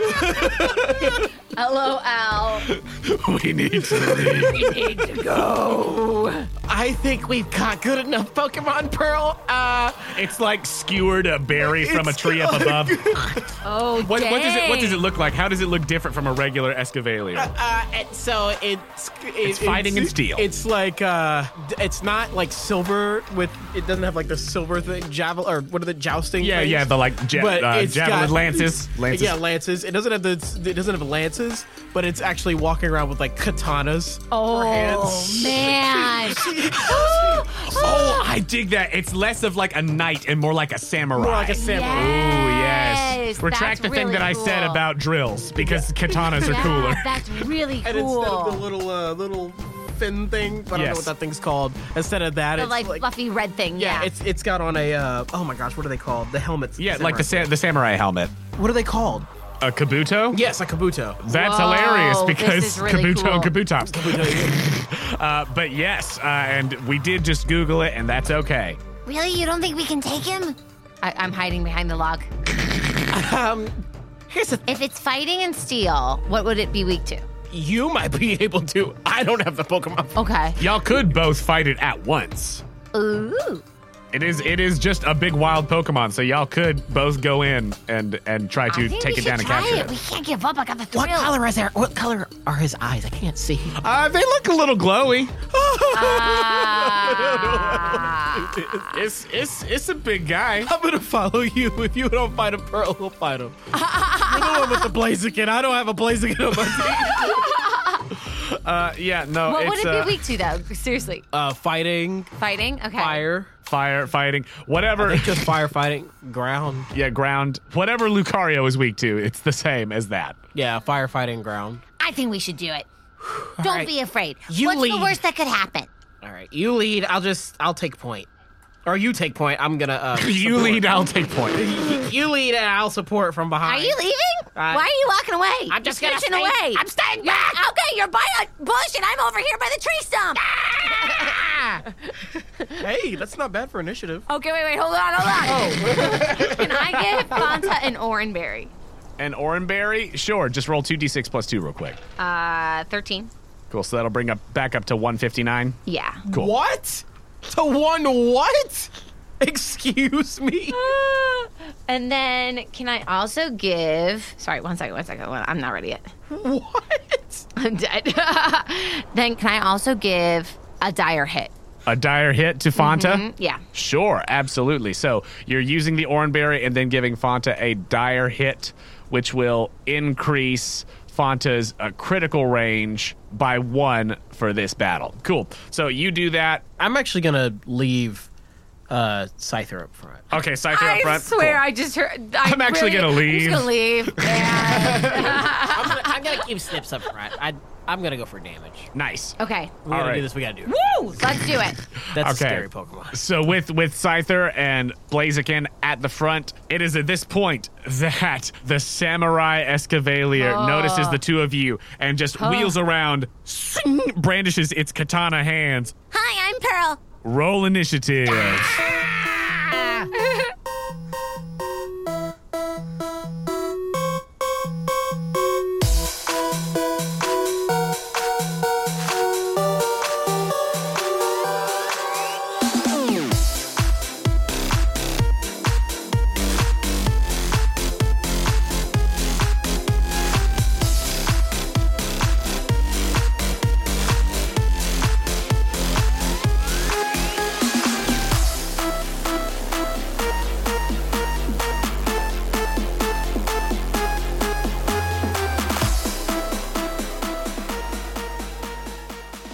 for LOL. this. We need to We need to Oh. go. I think we've got good enough Pokemon, Pearl. Uh, It's like skewered a berry from a tree up above. Oh, What, dang. what does it What does it look like? How does it look different from a regular Escavalier? uh, it- so it's it- It's fighting in steel. It's like uh, d- it's not like silver with. It doesn't have like the silver thing, javel or what are the jousting? Yeah, things? yeah, the like ja- But uh, it's javelin got- lances. lances. Yeah, lances. It doesn't have the. It doesn't have lances, but it's actually walking around with like katanas. Oh, hands. man. Oh, I dig that. It's less of like a knight and more like a samurai. More like a samurai. Ooh, Yes, yes. that's Retract the thing really that I said cool. about drills because katanas are Yeah, cooler. That's really And cool. instead of the little uh, little fin thing, I don't know Yes. what that thing's called. Instead of that, The it's like, like fluffy red thing. yeah, Yeah. it's it's got on a uh, oh my gosh, what are they called? The helmets. Yeah, like the samurai. sa- the samurai helmet. What are they called? A kabuto? Yes, a kabuto. That's Whoa, hilarious this because is really kabuto cool. and kabutops. uh, but yes, uh, and we did just Google it, and that's okay. Really? You don't think we can take him? I, I'm hiding behind the log. Um, If it's fighting and steel, what would it be weak to? You might be able to. I don't have the Pokemon. Okay. Y'all could both fight it at once. Ooh. It is it is just a big wild Pokemon, so y'all could both go in and and try I to think take we it down should and try capture it. We can't give up. I got the thrill. What color is there? What color are his eyes? I can't see. Uh, they look a little glowy. Ah. It's it's it's a big guy. I'm gonna follow you. If you don't find a pearl, we'll find him. You're the one with the Blaziken. I don't have a Blaziken on my team. Uh, yeah, no. what would it's, it be uh, weak to, though? Seriously. Uh, fighting, Fighting? Okay. fire, firefighting, whatever. just firefighting, ground. yeah, ground. Whatever Lucario is weak to, it's the same as that. Yeah, firefighting, ground. I think we should do it. Don't right. be afraid. You What's the lead. worst that could happen? All right, you lead. I'll just, I'll take point. Or you take point. I'm gonna. Uh, You lead, I'll take point. lead. You lead, and I'll support from Are behind. you leaving? Why are you walking away? I'm just You're gonna smooching stay- away. I'm staying back. Okay, you're by a bush, and I'm over here by the tree stump. Ah! Hey, that's not bad for initiative. Okay, wait, wait. Hold on, hold Oh. on. Can I get Fanta and Orenberry? And Orenberry, sure, just roll 2d6 plus 2 real quick. Uh, 13. Cool, so that'll bring up back up to 159. Yeah. Cool. What? To one what? Excuse me. And then can I also give? Sorry, one second, one second. One, I'm not ready yet. What? I'm dead. then can I also give a dire hit? A dire hit to Fanta? Yeah. Sure, absolutely. So you're using the Orenberry and then giving Fanta a dire hit, which will increase Fanta's uh, critical range by one for this battle. Cool. So you do that. I'm actually gonna leave uh, Scyther up front. Okay, Scyther I up front. swear, Cool. I just heard. I I'm actually really- gonna leave. I'm just gonna leave. And- I'm gonna, I'm gonna keep Snips up front. I, I'm gonna go for damage. Nice. okay. We gotta All right. do this. We gotta do. It. Woo! Let's do it. That's Okay. a scary Pokemon. So with with Scyther and Blaziken at the front, it is at this point that the samurai Escavalier notices the two of you and just wheels around, sing, brandishes its katana hands. Hi, I'm Pearl. Roll initiative. Ah!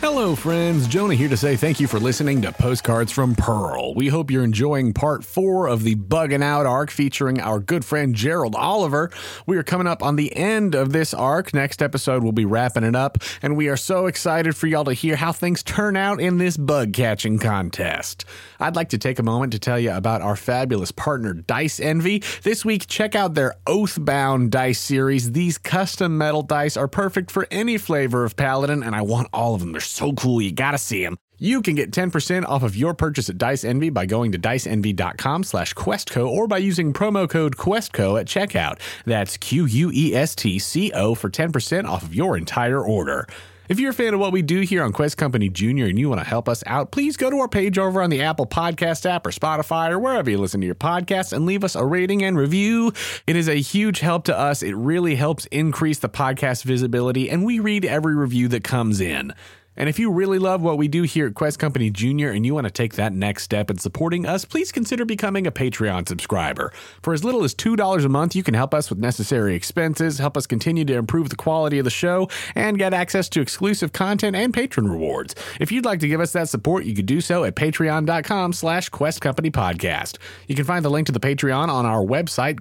Hello, friends. Jonah here to say thank you for listening to Postcards from Pearl. We hope you're enjoying part four of the Bugging Out arc featuring our good friend Gerald Oliver. We are coming up on the end of this arc. Next episode, we'll be wrapping it up, and we are so excited for y'all to hear how things turn out in this bug catching contest. I'd like to take a moment to tell you about our fabulous partner, Dice Envy. This week, check out their Oathbound dice series. These custom metal dice are perfect for any flavor of Paladin, and I want all of them. They're so cool, you gotta see them. You can get 10% off of your purchase at Dice Envy by going to diceenvy.com slash questco or by using promo code questco at checkout. That's E Q-U-E-S-T-C-O for 10% off of your entire order. If you're a fan of what we do here on Quest Company Junior and you want to help us out, please go to our page over on the Apple Podcast app or Spotify or wherever you listen to your podcasts and leave us a rating and review. It is a huge help to us. It really helps increase the podcast visibility, and we read every review that comes in. And if you really love what we do here at Quest Company Junior and you want to take that next step in supporting us, please consider becoming a Patreon subscriber. For as little as $2 a month, you can help us with necessary expenses, help us continue to improve the quality of the show, and get access to exclusive content and patron rewards. If you'd like to give us that support, you could do so at patreon.com slash Quest Company Podcast. You can find the link to the Patreon on our website,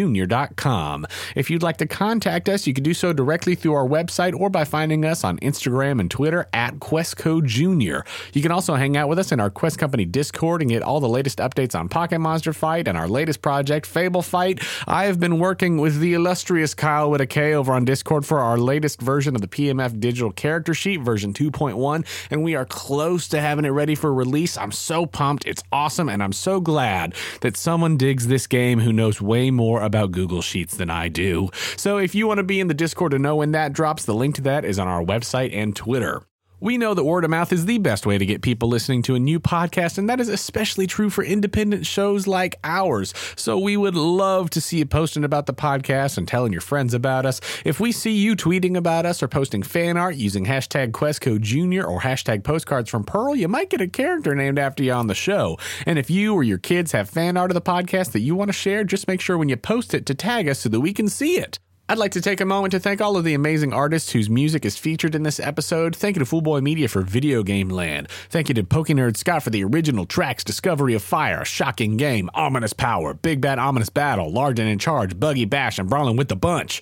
questcompanyjunior.com. If you'd like to contact us, you can do so directly through our website or by finding us on Instagram and Twitter at Questco Junior. You can also hang out with us in our Quest Company Discord and get all the latest updates on Pocket Monster Fight and our latest project, Fable Fight. I have been working with the illustrious Kyle with a K over on Discord for our latest version of the PMF digital character sheet, version 2.1, and we are close to having it ready for release. I'm so pumped. It's awesome, and I'm so glad that someone digs this game who knows way more about Google Sheets than I do. So if you want to be in the Discord to know when that drops, the link to that is on our website and Twitter. We know that word of mouth is the best way to get people listening to a new podcast, and that is especially true for independent shows like ours. So we would love to see you posting about the podcast and telling your friends about us. If we see you tweeting about us or posting fan art using hashtag QuestCo Junior or hashtag postcards from Pearl, you might get a character named after you on the show. And if you or your kids have fan art of the podcast that you want to share, just make sure when you post it to tag us so that we can see it. I'd like to take a moment to thank all of the amazing artists whose music is featured in this episode. Thank you to Foolboy Media for Video Game Land. Thank you to Pokenerd Scott for the original tracks Discovery of Fire, Shocking Game, Ominous Power, Big Bad Ominous Battle, Larden in Charge, Buggy Bash, and Brawling with the Bunch.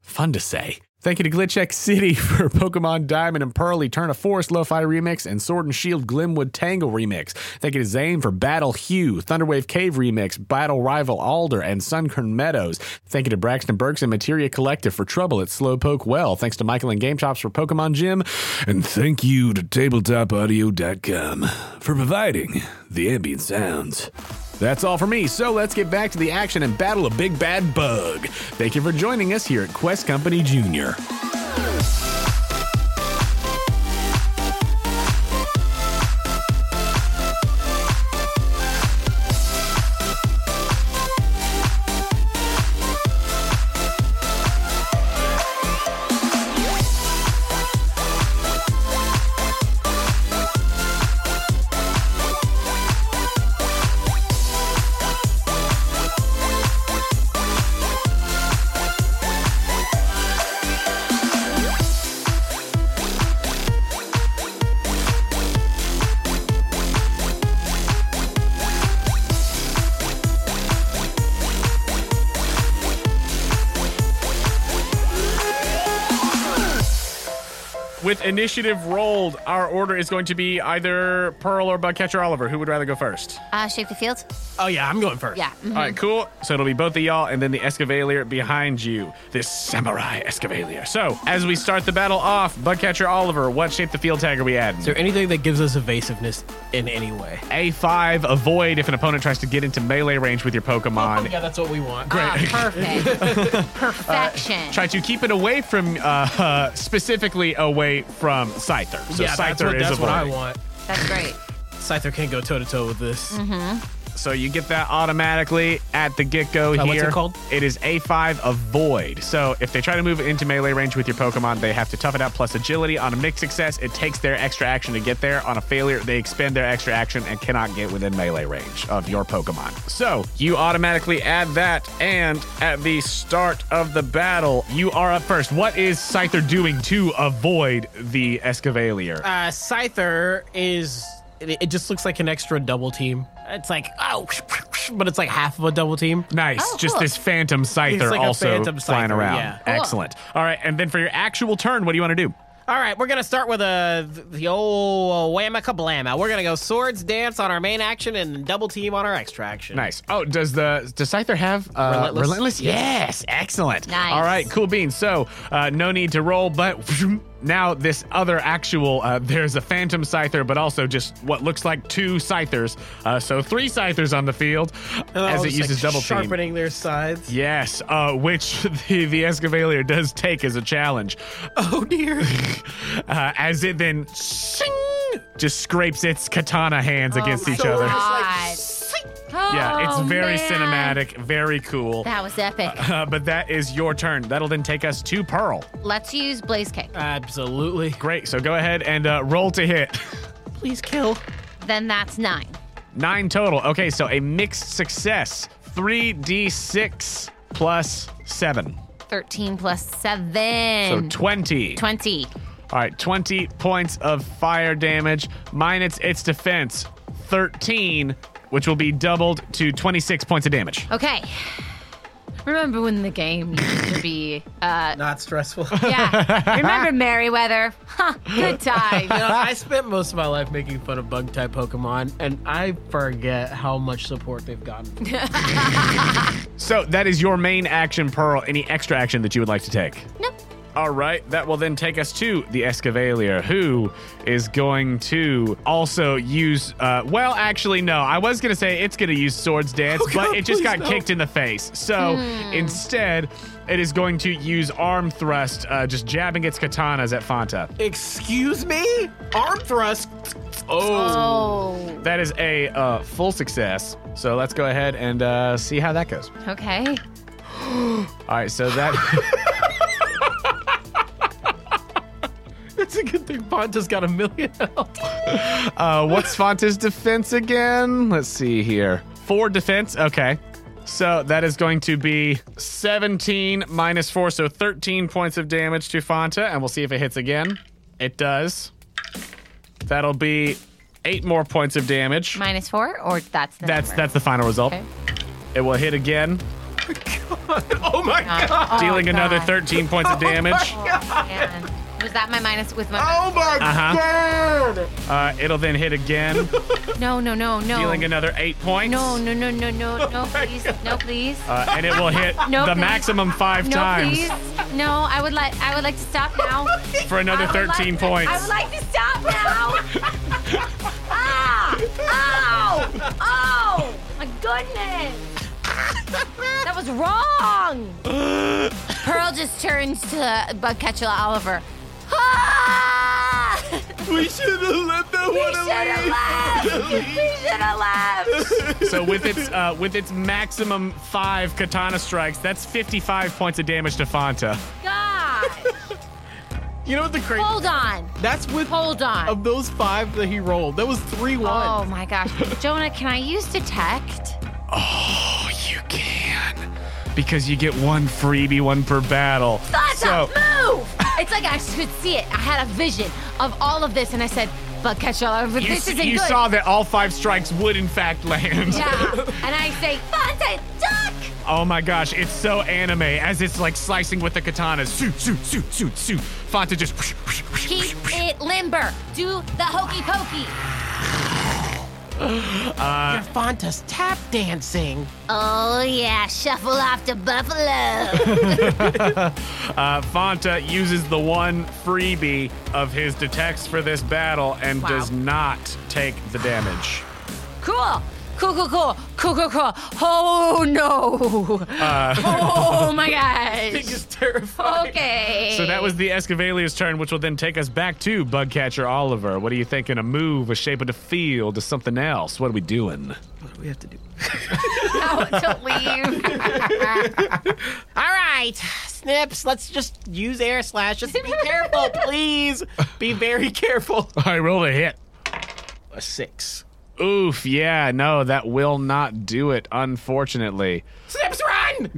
Fun to say. Thank you to Glitchek City for Pokemon Diamond and Pearl Eternal Forest Lo-Fi Remix and Sword and Shield Glimwood Tangle Remix. Thank you to Zane for Battle Hue, Thunderwave Cave Remix, Battle Rival Alder, and Sunkern Meadows. Thank you to Braxton Burks and Materia Collective for Trouble at Slowpoke Well. Thanks to Michael and Game Chops for Pokemon Gym. And thank you to TabletopAudio.com for providing the ambient sounds. That's all for me, so let's get back to the action and battle a big bad bug. Thank you for joining us here at Quest Company Junior. With initiative rolled, our order is going to be either Pearl or Bugcatcher Oliver. Who would rather go first? Uh, shake the field. Oh, yeah, I'm going first. Yeah. Mm, All right, cool. So it'll be both of y'all and then the Escavalier behind you, this samurai Escavalier. So as we start the battle off, Bugcatcher Oliver, what shape the field tag are we adding? Is there anything that gives us evasiveness in any way? A5, avoid if an opponent tries to get into melee range with your Pokemon. Oh, Yeah, that's what we want. Ah, perfect. Perfection. Uh, Try to keep it away from, uh, uh, specifically away from Scyther. So yeah, Scyther that's, what, is that's what I avoiding. want. That's great. Scyther can't go toe to toe with this. Mm-hmm. So you get that automatically at the get go here. Uh, what's it called? It is A5 Avoid. So if they try to move into melee range with your Pokemon, they have to tough it out plus agility. On a mixed success, it takes their extra action to get there. On a failure, they expend their extra action and cannot get within melee range of your Pokemon. So you automatically add that. And at the start of the battle, you are up first. What is Scyther doing to avoid the Escavalier? Uh, Scyther is. It, it just looks like an extra double team. It's like, oh, but it's like half of a double team. Nice. Oh, Just cool. this phantom scyther It's like a also phantom flying scyther, around. yeah. Cool. Excellent. All right, and then for your actual turn, what do you want to do? All right, we're gonna start with uh, the old whamma kablama. We're gonna go swords dance on our main action and double team on our extra action. Nice. Oh, does the does Scyther have uh, Relentless? Yes. Excellent. Nice. All right. Cool beans. So uh, no need to roll, but now this other actual uh, there's a phantom scyther, but also just what looks like two scythers. Uh, so three scythers on the field And they're as all it Oh, just, uses like, double team. sharpening their sides. Yes, uh, which the, the Escavalier does take as a challenge. Oh dear. uh, as it then shing, just scrapes its katana hands against each other. Oh God. Yeah, Oh, it's very man. cinematic, very cool. That was epic. Uh, but that is your turn. That'll then take us to Pearl. Let's use Blaze Kick. Absolutely. Great, so go ahead and uh, roll to hit. Please kill. Then that's nine. Nine total. Okay, so a mixed success 3d6 plus 7. 13 plus So 7. 20. 20. All right, 20 points of fire damage minus its defense, 13, which will be doubled to 26 points of damage. Okay. Remember when the game used to be. Uh, Not stressful. yeah. Remember Merriweather? Huh. Good You time. know, I spent most of my life making fun of bug type Pokemon, and I forget how much support they've gotten. So that is your main action, Pearl. Any extra action that you would like to take? Nope. All right, that will then take us to the Escavalier, who is going to also use. Uh, well, actually, no. I was going to say it's going to use Swords Dance, but Oh, God, it just please got no. Hmm. kicked in the face. So instead, it is going to use Arm Thrust, uh, just jabbing its katanas at Fanta. Excuse me? Arm thrust. Oh. That is a uh, full success. So let's go ahead and uh, see how that goes. Okay. All right, so that. It's a good thing Ponta's got a million health. Uh, what's Fonta's defense again? Let's see here. Four defense. Okay. So that is going to be 17 minus four, so 13 points of damage to Fonta, and we'll see if it hits again. It does. That'll be eight more points of damage. Minus four, or that's the That's number? that's the final result. Okay. It will hit again, Oh my god. Oh, dealing God. another 13 points of damage. Man. Was that my minus with my. Oh my Uh, it'll then hit again, No, no, no, no. dealing another eight points. no, no, no, no, Oh no, no, please. No, please. Uh, and it will hit No, the please. maximum five no, times Oh, please. No, I would like I would like to stop now. for another I would 13 like- points. I would like to stop now. ah! Ow! Oh! My goodness! That was wrong! Pearl just turns to uh, Bugcatcher Oliver. Ah! We should have let that We should have left! We should have left! So with its uh, with its maximum five katana strikes, that's fifty five points of damage to Fanta. God! You know what the crazy Hold on! That's with Hold on! of those five that he rolled. That was three Oh ones. my gosh. Jonah, can I use detect? Oh, you can, because you get one freebie, one per battle. Fanta, So move! It's like I could see it. I had a vision of all of this, and I said, Bugcatcher Oliver, you, this s- isn't you good. saw that all five strikes would in fact land. Yeah. and I say, Fanta, duck! Oh my gosh, it's so anime as it's like slicing with the katanas. Shoot, shoot, shoot, shoot, shoot. Fanta just Keep it limber. Do the hokey pokey. Uh, Your Fonta's tap dancing. Oh, yeah. Shuffle off to Buffalo. Uh, Fonta uses the one freebie of his detects for this battle and does not take the damage. Cool. Cool, cool, cool, cool, cool, cool. Oh no! Uh, oh my gosh! Just terrifying. Okay. So that was the Escavalia's turn, which will then take us back to Bugcatcher Oliver. What are you thinking? A move, a shape of the field, or something else? What are we doing? We have to do. Out to leave. All right, Snips. Let's just use air slash. Just be careful, please. Be very careful. I roll a hit. A six. Oof, yeah, no, that will not do it, unfortunately. Snips, run!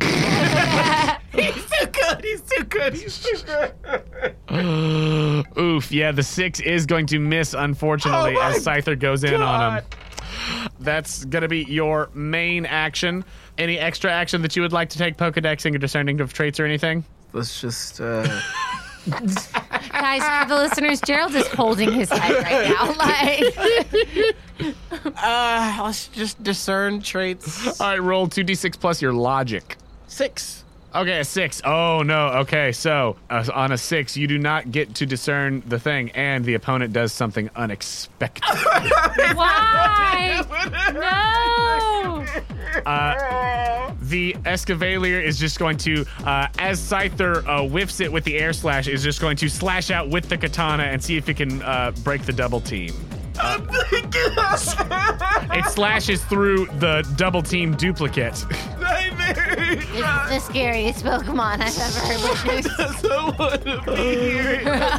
He's too good. He's too good. He's too good. Oof, yeah, the six is going to miss, unfortunately, Oh my as Scyther goes in on him. God. That's going to be your main action. Any extra action that you would like to take, Pokedexing or discerning of traits or anything? Let's just. Uh, Guys, for the listeners, Gerald is holding his side right now. Like, Uh, let's just discern traits. All right, roll 2d6 plus your logic. Six. Okay, a six. Oh, no. Okay, so uh, on a six, you do not get to discern the thing, and the opponent does something unexpected. why? No! the Escavalier is just going to, uh, as Scyther uh, whiffs it with the air slash, is just going to slash out with the katana and see if it can uh, break the double team. it slashes through the double team duplicate. this is the scariest Pokemon I've ever witnessed.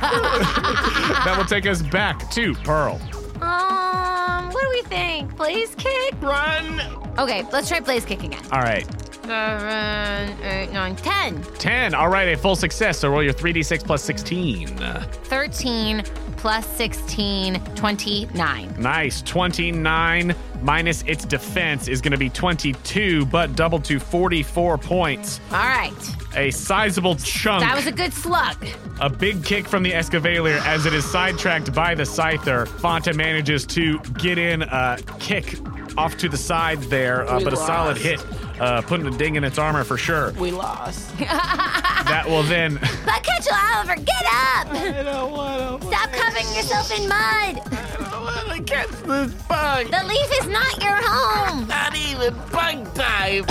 that will take us back to Pearl. Um, what do we think? Blaze kick? Run. Okay, let's try blaze kick again. All right. Seven, eight, nine, ten. 10. All right, a full success. So roll your 3d6 plus 16. 13 plus 16, 29. Nice. 29 minus its defense is going to be 22, but double to 44 points. All right. A sizable chunk. That was a good slug. A big kick from the Escavalier as it is sidetracked by the Scyther. Fonta manages to get in a kick off to the side there, uh, but a solid hit, uh, putting a ding in its armor for sure. We lost. That will then. But catch Oliver, get up! I don't want to. Stop covering yourself in mud. I don't want to catch this bug. The leaf is not your home. Not even bug time.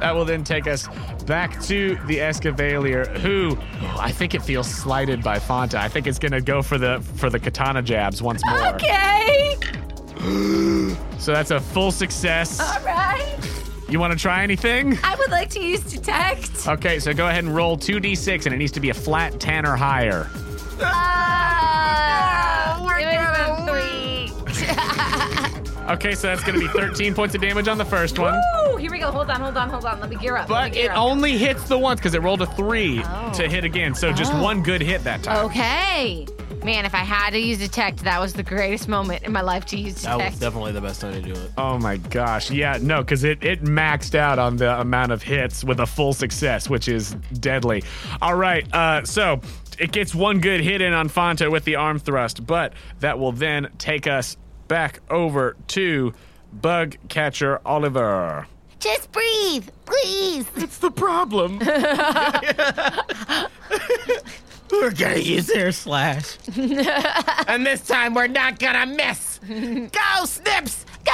That will then take us back to the Escavalier, who I think it feels slighted by Fonta. I think it's gonna go for the for the katana jabs once more. Okay. So that's a full success. All right. You want to try anything? I would like to use detect. Okay, so go ahead and roll two d6, and it needs to be a flat ten or higher. Ah, Uh, it was a three. Okay, so that's going to be 13 points of damage on the first one. Ooh, here we go. Hold on, hold on, hold on. Let me gear up. Let But me gear it up. only hits the once because it rolled a three Oh. to hit again. So just Oh. one good hit that time. Okay. Man, if I had to use detect, that was the greatest moment in my life to use That was detect. definitely the best time to do it. Oh my gosh. Yeah, no, because it, it maxed out on the amount of hits with a full success, which is deadly. All right, uh, so it gets one good hit in on Fonta with the arm thrust, but that will then take us back over to Bug Catcher Oliver. Just breathe, please. It's the problem. we're gonna use air slash. and this time we're not gonna miss. Go, Snips! Go,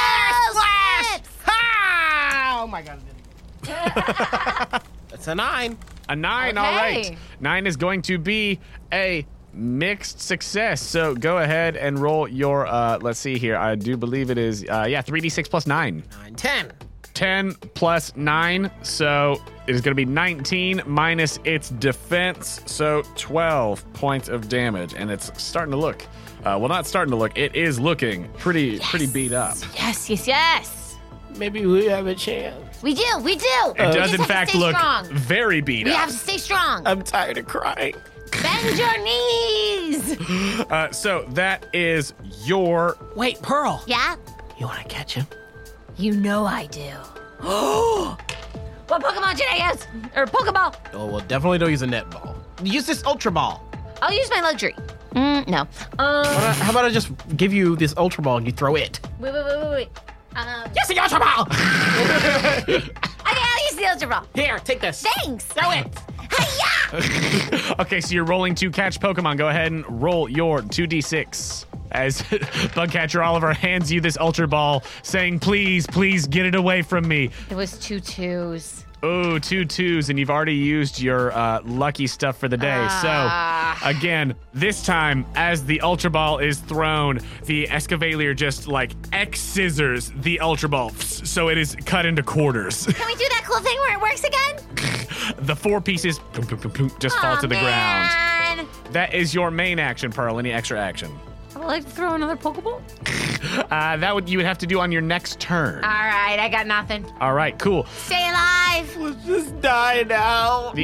slash! Snips! Ha! Oh my god. I did it again. That's a nine. A nine, all right. Okay. Nine is going to be a mixed success. So go ahead and roll your, uh, let's see here. I do believe it is, uh, yeah, 3d6 plus nine. Nine, ten. 10 plus nine. So it is going to be 19 minus its defense. So 12 points of damage. And it's starting to look, uh, well, not starting to look, it is looking pretty, pretty beat up. yes, yes, yes. Maybe we have a chance. We do, we do. It We does, just in have to fact, stay look Uh, Strong. very beat We up. have to stay strong. I'm tired of crying. Bend your knees. Uh, so that is your Wait, Pearl. Yeah? You wanna catch him? You know I do. What Pokemon did I use? Or Pokeball? Oh well, definitely don't use a netball. use this Ultra Ball. I'll use my luxury. Mm, no. Um, Uh, How about I just give you this Ultra Ball and you throw it? wait, wait, wait, wait, wait. Um, Yes, the Ultra Ball! okay, I'll use the ultra ball. Here, take this. Thanks. Throw it. Hiya! Okay, so you're rolling to catch Pokemon. Go ahead and roll your 2d6 as Bugcatcher Oliver hands you this Ultra Ball, saying, Please, please get it away from me. It was two twos. Oh, two twos, and you've already used your uh, lucky stuff for the day. Ah. so, again, this time, as the Ultra Ball is thrown, the Escavalier just like X scissors the Ultra Ball, so it is cut into quarters. Can we do that cool thing where it works again? the four pieces plunk, plunk, plunk, plunk, just fall Aw, to the ground. man. That is your main action, Pearl. Any extra action? I would like to throw another Pokeball. Uh, that would you would have to do on your next turn. All right, I got nothing. All right, cool. Stay alive. The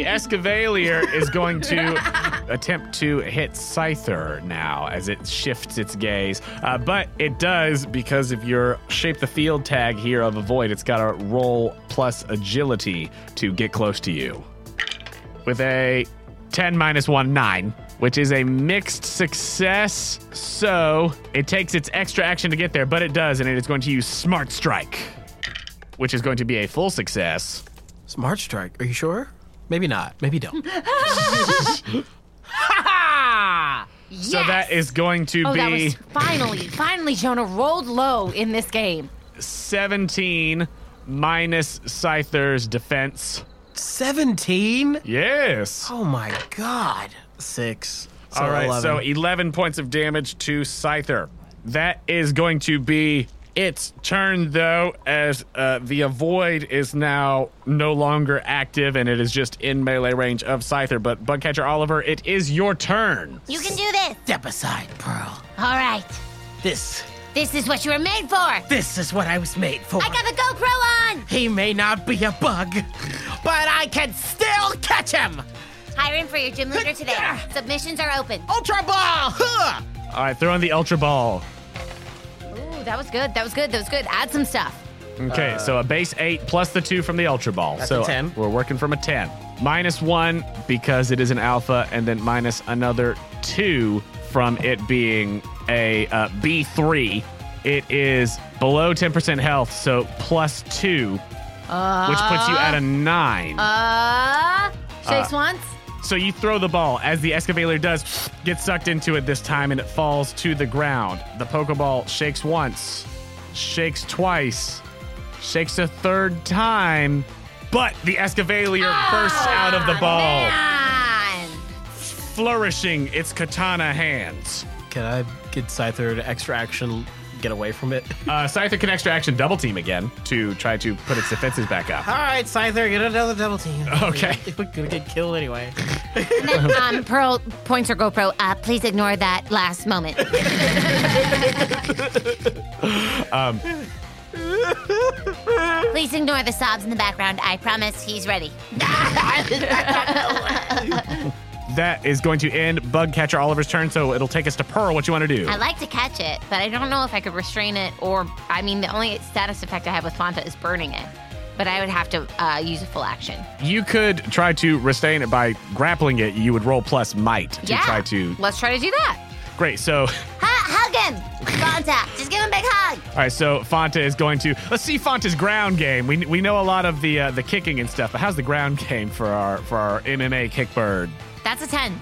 Escavalier is going to attempt to hit Scyther now as it shifts its gaze. Uh, but it does because of your shape the field tag here of avoid, it's got to roll plus agility to get close to you. With a 10 minus 1, 9, which is a mixed success. So it takes its extra action to get there, but it does, and it is going to use Smart Strike, which is going to be a full success. Smart strike. Are you sure? Maybe not. Maybe don't. Yes. So that is going to Oh, be that was finally, finally, Jonah rolled low in this game. 17 minus Scyther's defense. 17? Yes. Oh my god. Six. So All right, 11. so e- 11 points of damage to Scyther. That is going to be its turn, though, as uh, the Avoid is now no longer active and it is just in melee range of Scyther. But Bugcatcher Oliver, it is your turn. You can do this. Step aside, Pearl. All right. This, This is what you were made for. I this is what I was made for. got the GoPro on. he may not be a bug, but I can still catch him. Hiring for your gym leader today. Submissions are open. Ultra ball. Huh. All right, throw in the Ultra Ball. Ooh, that was good. That was good. That was good. Add some stuff. Okay, so a base eight plus the two from the Ultra Ball. That's so uh, a 10. we're working from a 10. Minus one because it is an alpha, and then minus another two from it being a uh, B3. It is below 10% health, so plus two, which puts you at a nine. Uh, shakes once. So you throw the ball as the excavator does get sucked into it this time and it falls to the ground. The Pokeball shakes once, shakes twice, shakes a third time, but the excavator bursts out of the oh. ball, Ah, Man. flourishing its katana hands. Can I get Scyther to extra action, get away from it? Uh, Scyther can extra action double team again to try to put its defenses back up. All right, Scyther, get another double team. Okay. We're gonna get killed anyway. um, Pearl, points or GoPro, uh, please ignore that last moment. Um, please ignore the sobs in the background. I promise he's ready. That is going to end Bug Catcher Oliver's turn, so it'll take us to Pearl. What you want to do? I like to catch it, But I don't know if I could restrain it, or I mean, the only status effect I have with Fanta is burning it. But I would have to uh, use a full action. You could try to restrain it by grappling it. You would roll plus might to yeah. try to. Let's try to do that. Great. So, all Hu- hug him. Contact. Just give him a big hug. right. So Fonta is going to. Let's see Fonta's ground game. We, we know a lot of the uh, the kicking and stuff, but how's the ground game for our for our MMA kickbird? That's a 10.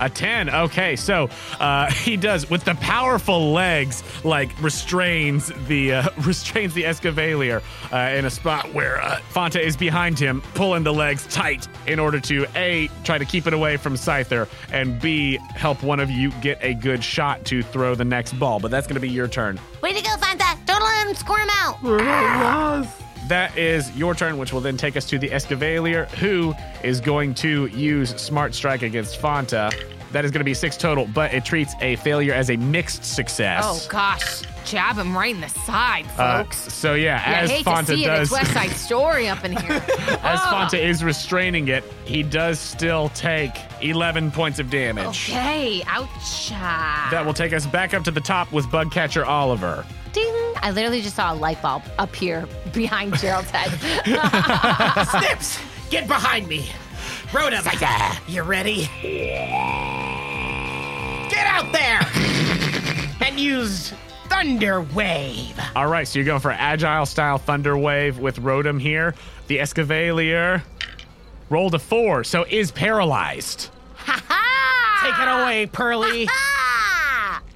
A 10. Okay, so uh, he does with the powerful legs, like restrains the uh, restrains the Escavalier uh, in a spot where uh, Fonta is behind him, pulling the legs tight in order to a try to keep it away from Scyther, and b help one of you get a good shot to throw the next ball. But that's going to be your turn. Way to go, Fanta. Don't let him squirm out. That is your turn, which will then take us to the Escavalier, who is going to use Smart Strike against Fonta. That is going to be six total, but it treats a failure as a mixed success. Oh, gosh. Jab him right in the side, Uh, folks. so yeah, Yeah, I as hate Fonta to see it. does, It's Oh. West Side Story up in here. as Fonta is restraining it, he does still take eleven points of damage. okay, ouch. Oh, That will take us back up to the top with Bugcatcher Oliver. Ding. I literally just saw a light bulb appear behind Gerald's head. Snips, get behind me. Rhoda, you ready? Get out there and use Thunder Wave. All right, so you're going for agile style thunder wave with Rotom here. The Escavalier rolled a four, so is paralyzed. Take it away, Pearly. Ah!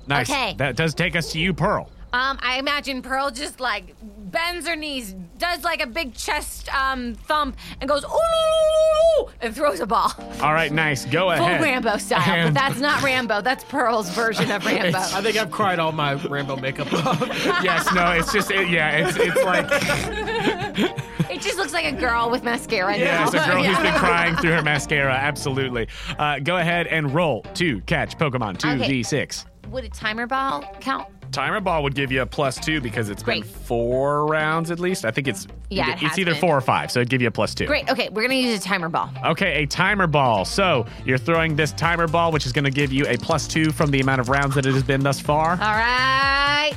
Nice. Okay. That does take us to you, Pearl. Um, I imagine Pearl just like bends her knees, does like a big chest um thump, and goes ooh and throws a ball full All right, nice. Go ahead. Rambo style. And- But that's not Rambo. That's Pearl's version of Rambo. I think I've cried all my Rambo makeup off. yes, no, it's just, it, yeah, it's, it's like, it just looks like a girl with mascara. yeah, now. it's a girl who's been Yeah. crying through her mascara. Absolutely. Uh, go ahead and roll to catch Pokemon 2d6. Would a timer ball count? Timer ball would give you a plus two because it's been Great. four rounds at least. I think it's Yeah, either- it it's has either been. four or five, so it'd give you a plus two. Great. Okay, we're gonna use a timer ball. Okay, a timer ball. So you're throwing this timer ball, which is going to give you a plus two from the amount of rounds that it has been thus far. All right.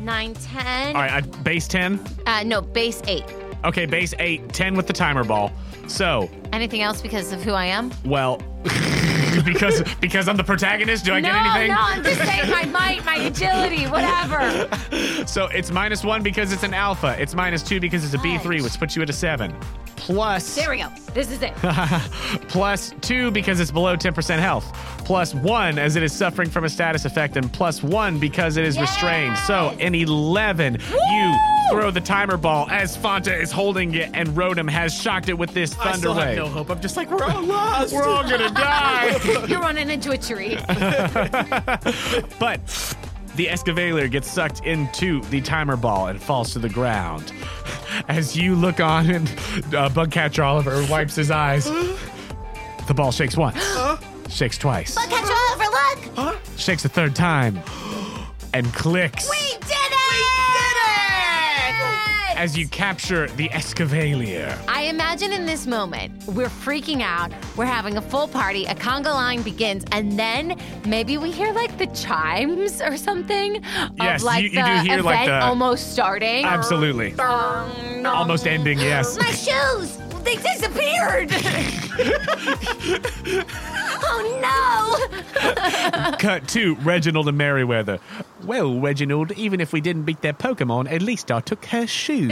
Nine, ten. All right, a base 10. Uh, no, base eight. Okay, base 8, 10 with the timer ball. So, Anything else because of who I am? well, because because I'm the protagonist, do I no, get anything? no, I'm just saying my might, my agility, whatever. So it's minus one because it's an alpha. It's minus two because it's a B3, which puts you at a seven. Plus, There we go. This is it. plus two because it's below 10% health. Plus one as it is suffering from a status effect, and plus one because it is restrained. So in 11, you throw the timer ball as Fanta is holding it, and Rotom has shocked it with this I thunder still have wave. no hope. I'm just like, we're all lost. We're all gonna die. You're running into a tree. but the Escavalier gets sucked into the timer ball and falls to the ground. As you look on, and uh, Bugcatcher Oliver wipes his eyes. The ball shakes once, shakes twice, Catch Oliver, look! shakes a third time, and clicks. We did it! As you capture the Escavalier. I imagine in this moment, we're freaking out, we're having a full party, a conga line begins, and then maybe we hear like the chimes or something of Yes, like you- you the do hear, event like, the- almost starting. Absolutely. Almost ending, yes. My shoes! They disappeared! oh no! Cut to Reginald and Merriweather. Well, Reginald, even if we didn't beat their Pokemon, at least I took her shoes.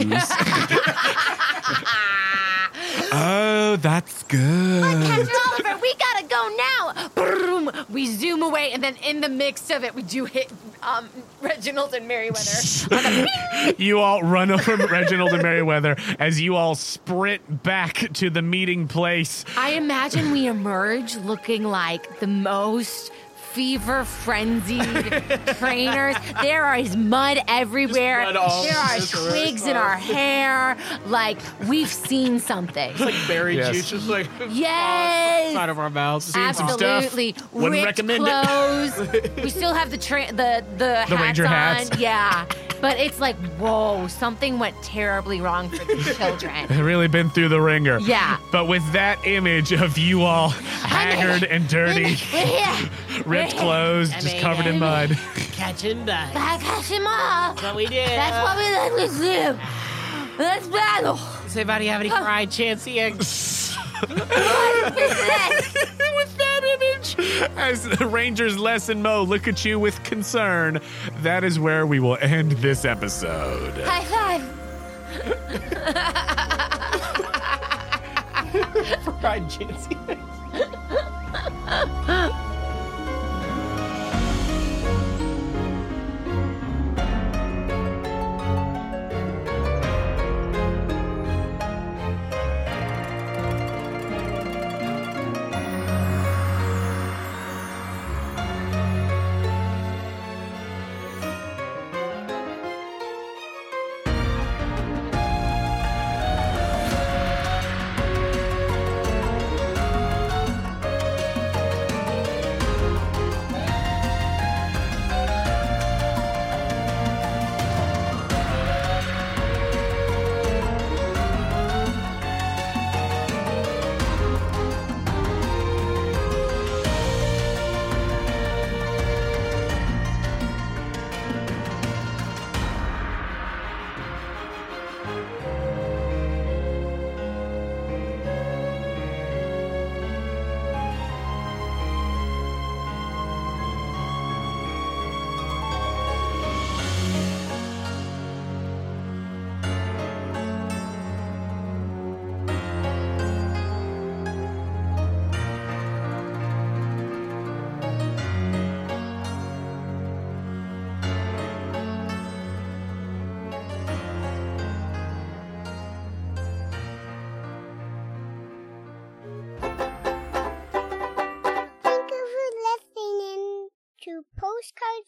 oh, that's good. Catch Oliver, we gotta go now! Broom. We zoom away, and then in the mix of it, we do hit um, Reginald and Merriweather. You all run over Reginald and Merriweather as you all sprint back to the meeting place. I imagine we emerge looking like the most fever frenzied trainers. There is mud everywhere. blood all there are just around. twigs in our hair. Like we've seen something. like berry Yes. juice, just like Yes. uh, out of our mouths. Absolutely. Wouldn't Ripped recommend clothes. we still have the tra- the the, The hats ranger on. hats. Yeah. But it's like, whoa, something went terribly wrong for these children. They've really been through the ringer. Yeah. But with that image of you all haggard and dirty, Yeah, ripped clothes, just covered in mud. Catching that. I catch him up! What we did. That's what we like to do! Let's battle! Does anybody have any cry chants here? with that image. As the Rangers Les and Mo look at you with concern, that is where we will end this episode. High five! fried Jancy.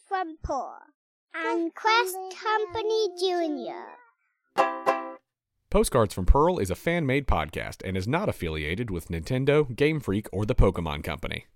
Grandpa and Quest Company Junior. Postcards from Pearl is a fan made podcast and is not affiliated with Nintendo, Game Freak, or the Pokemon Company.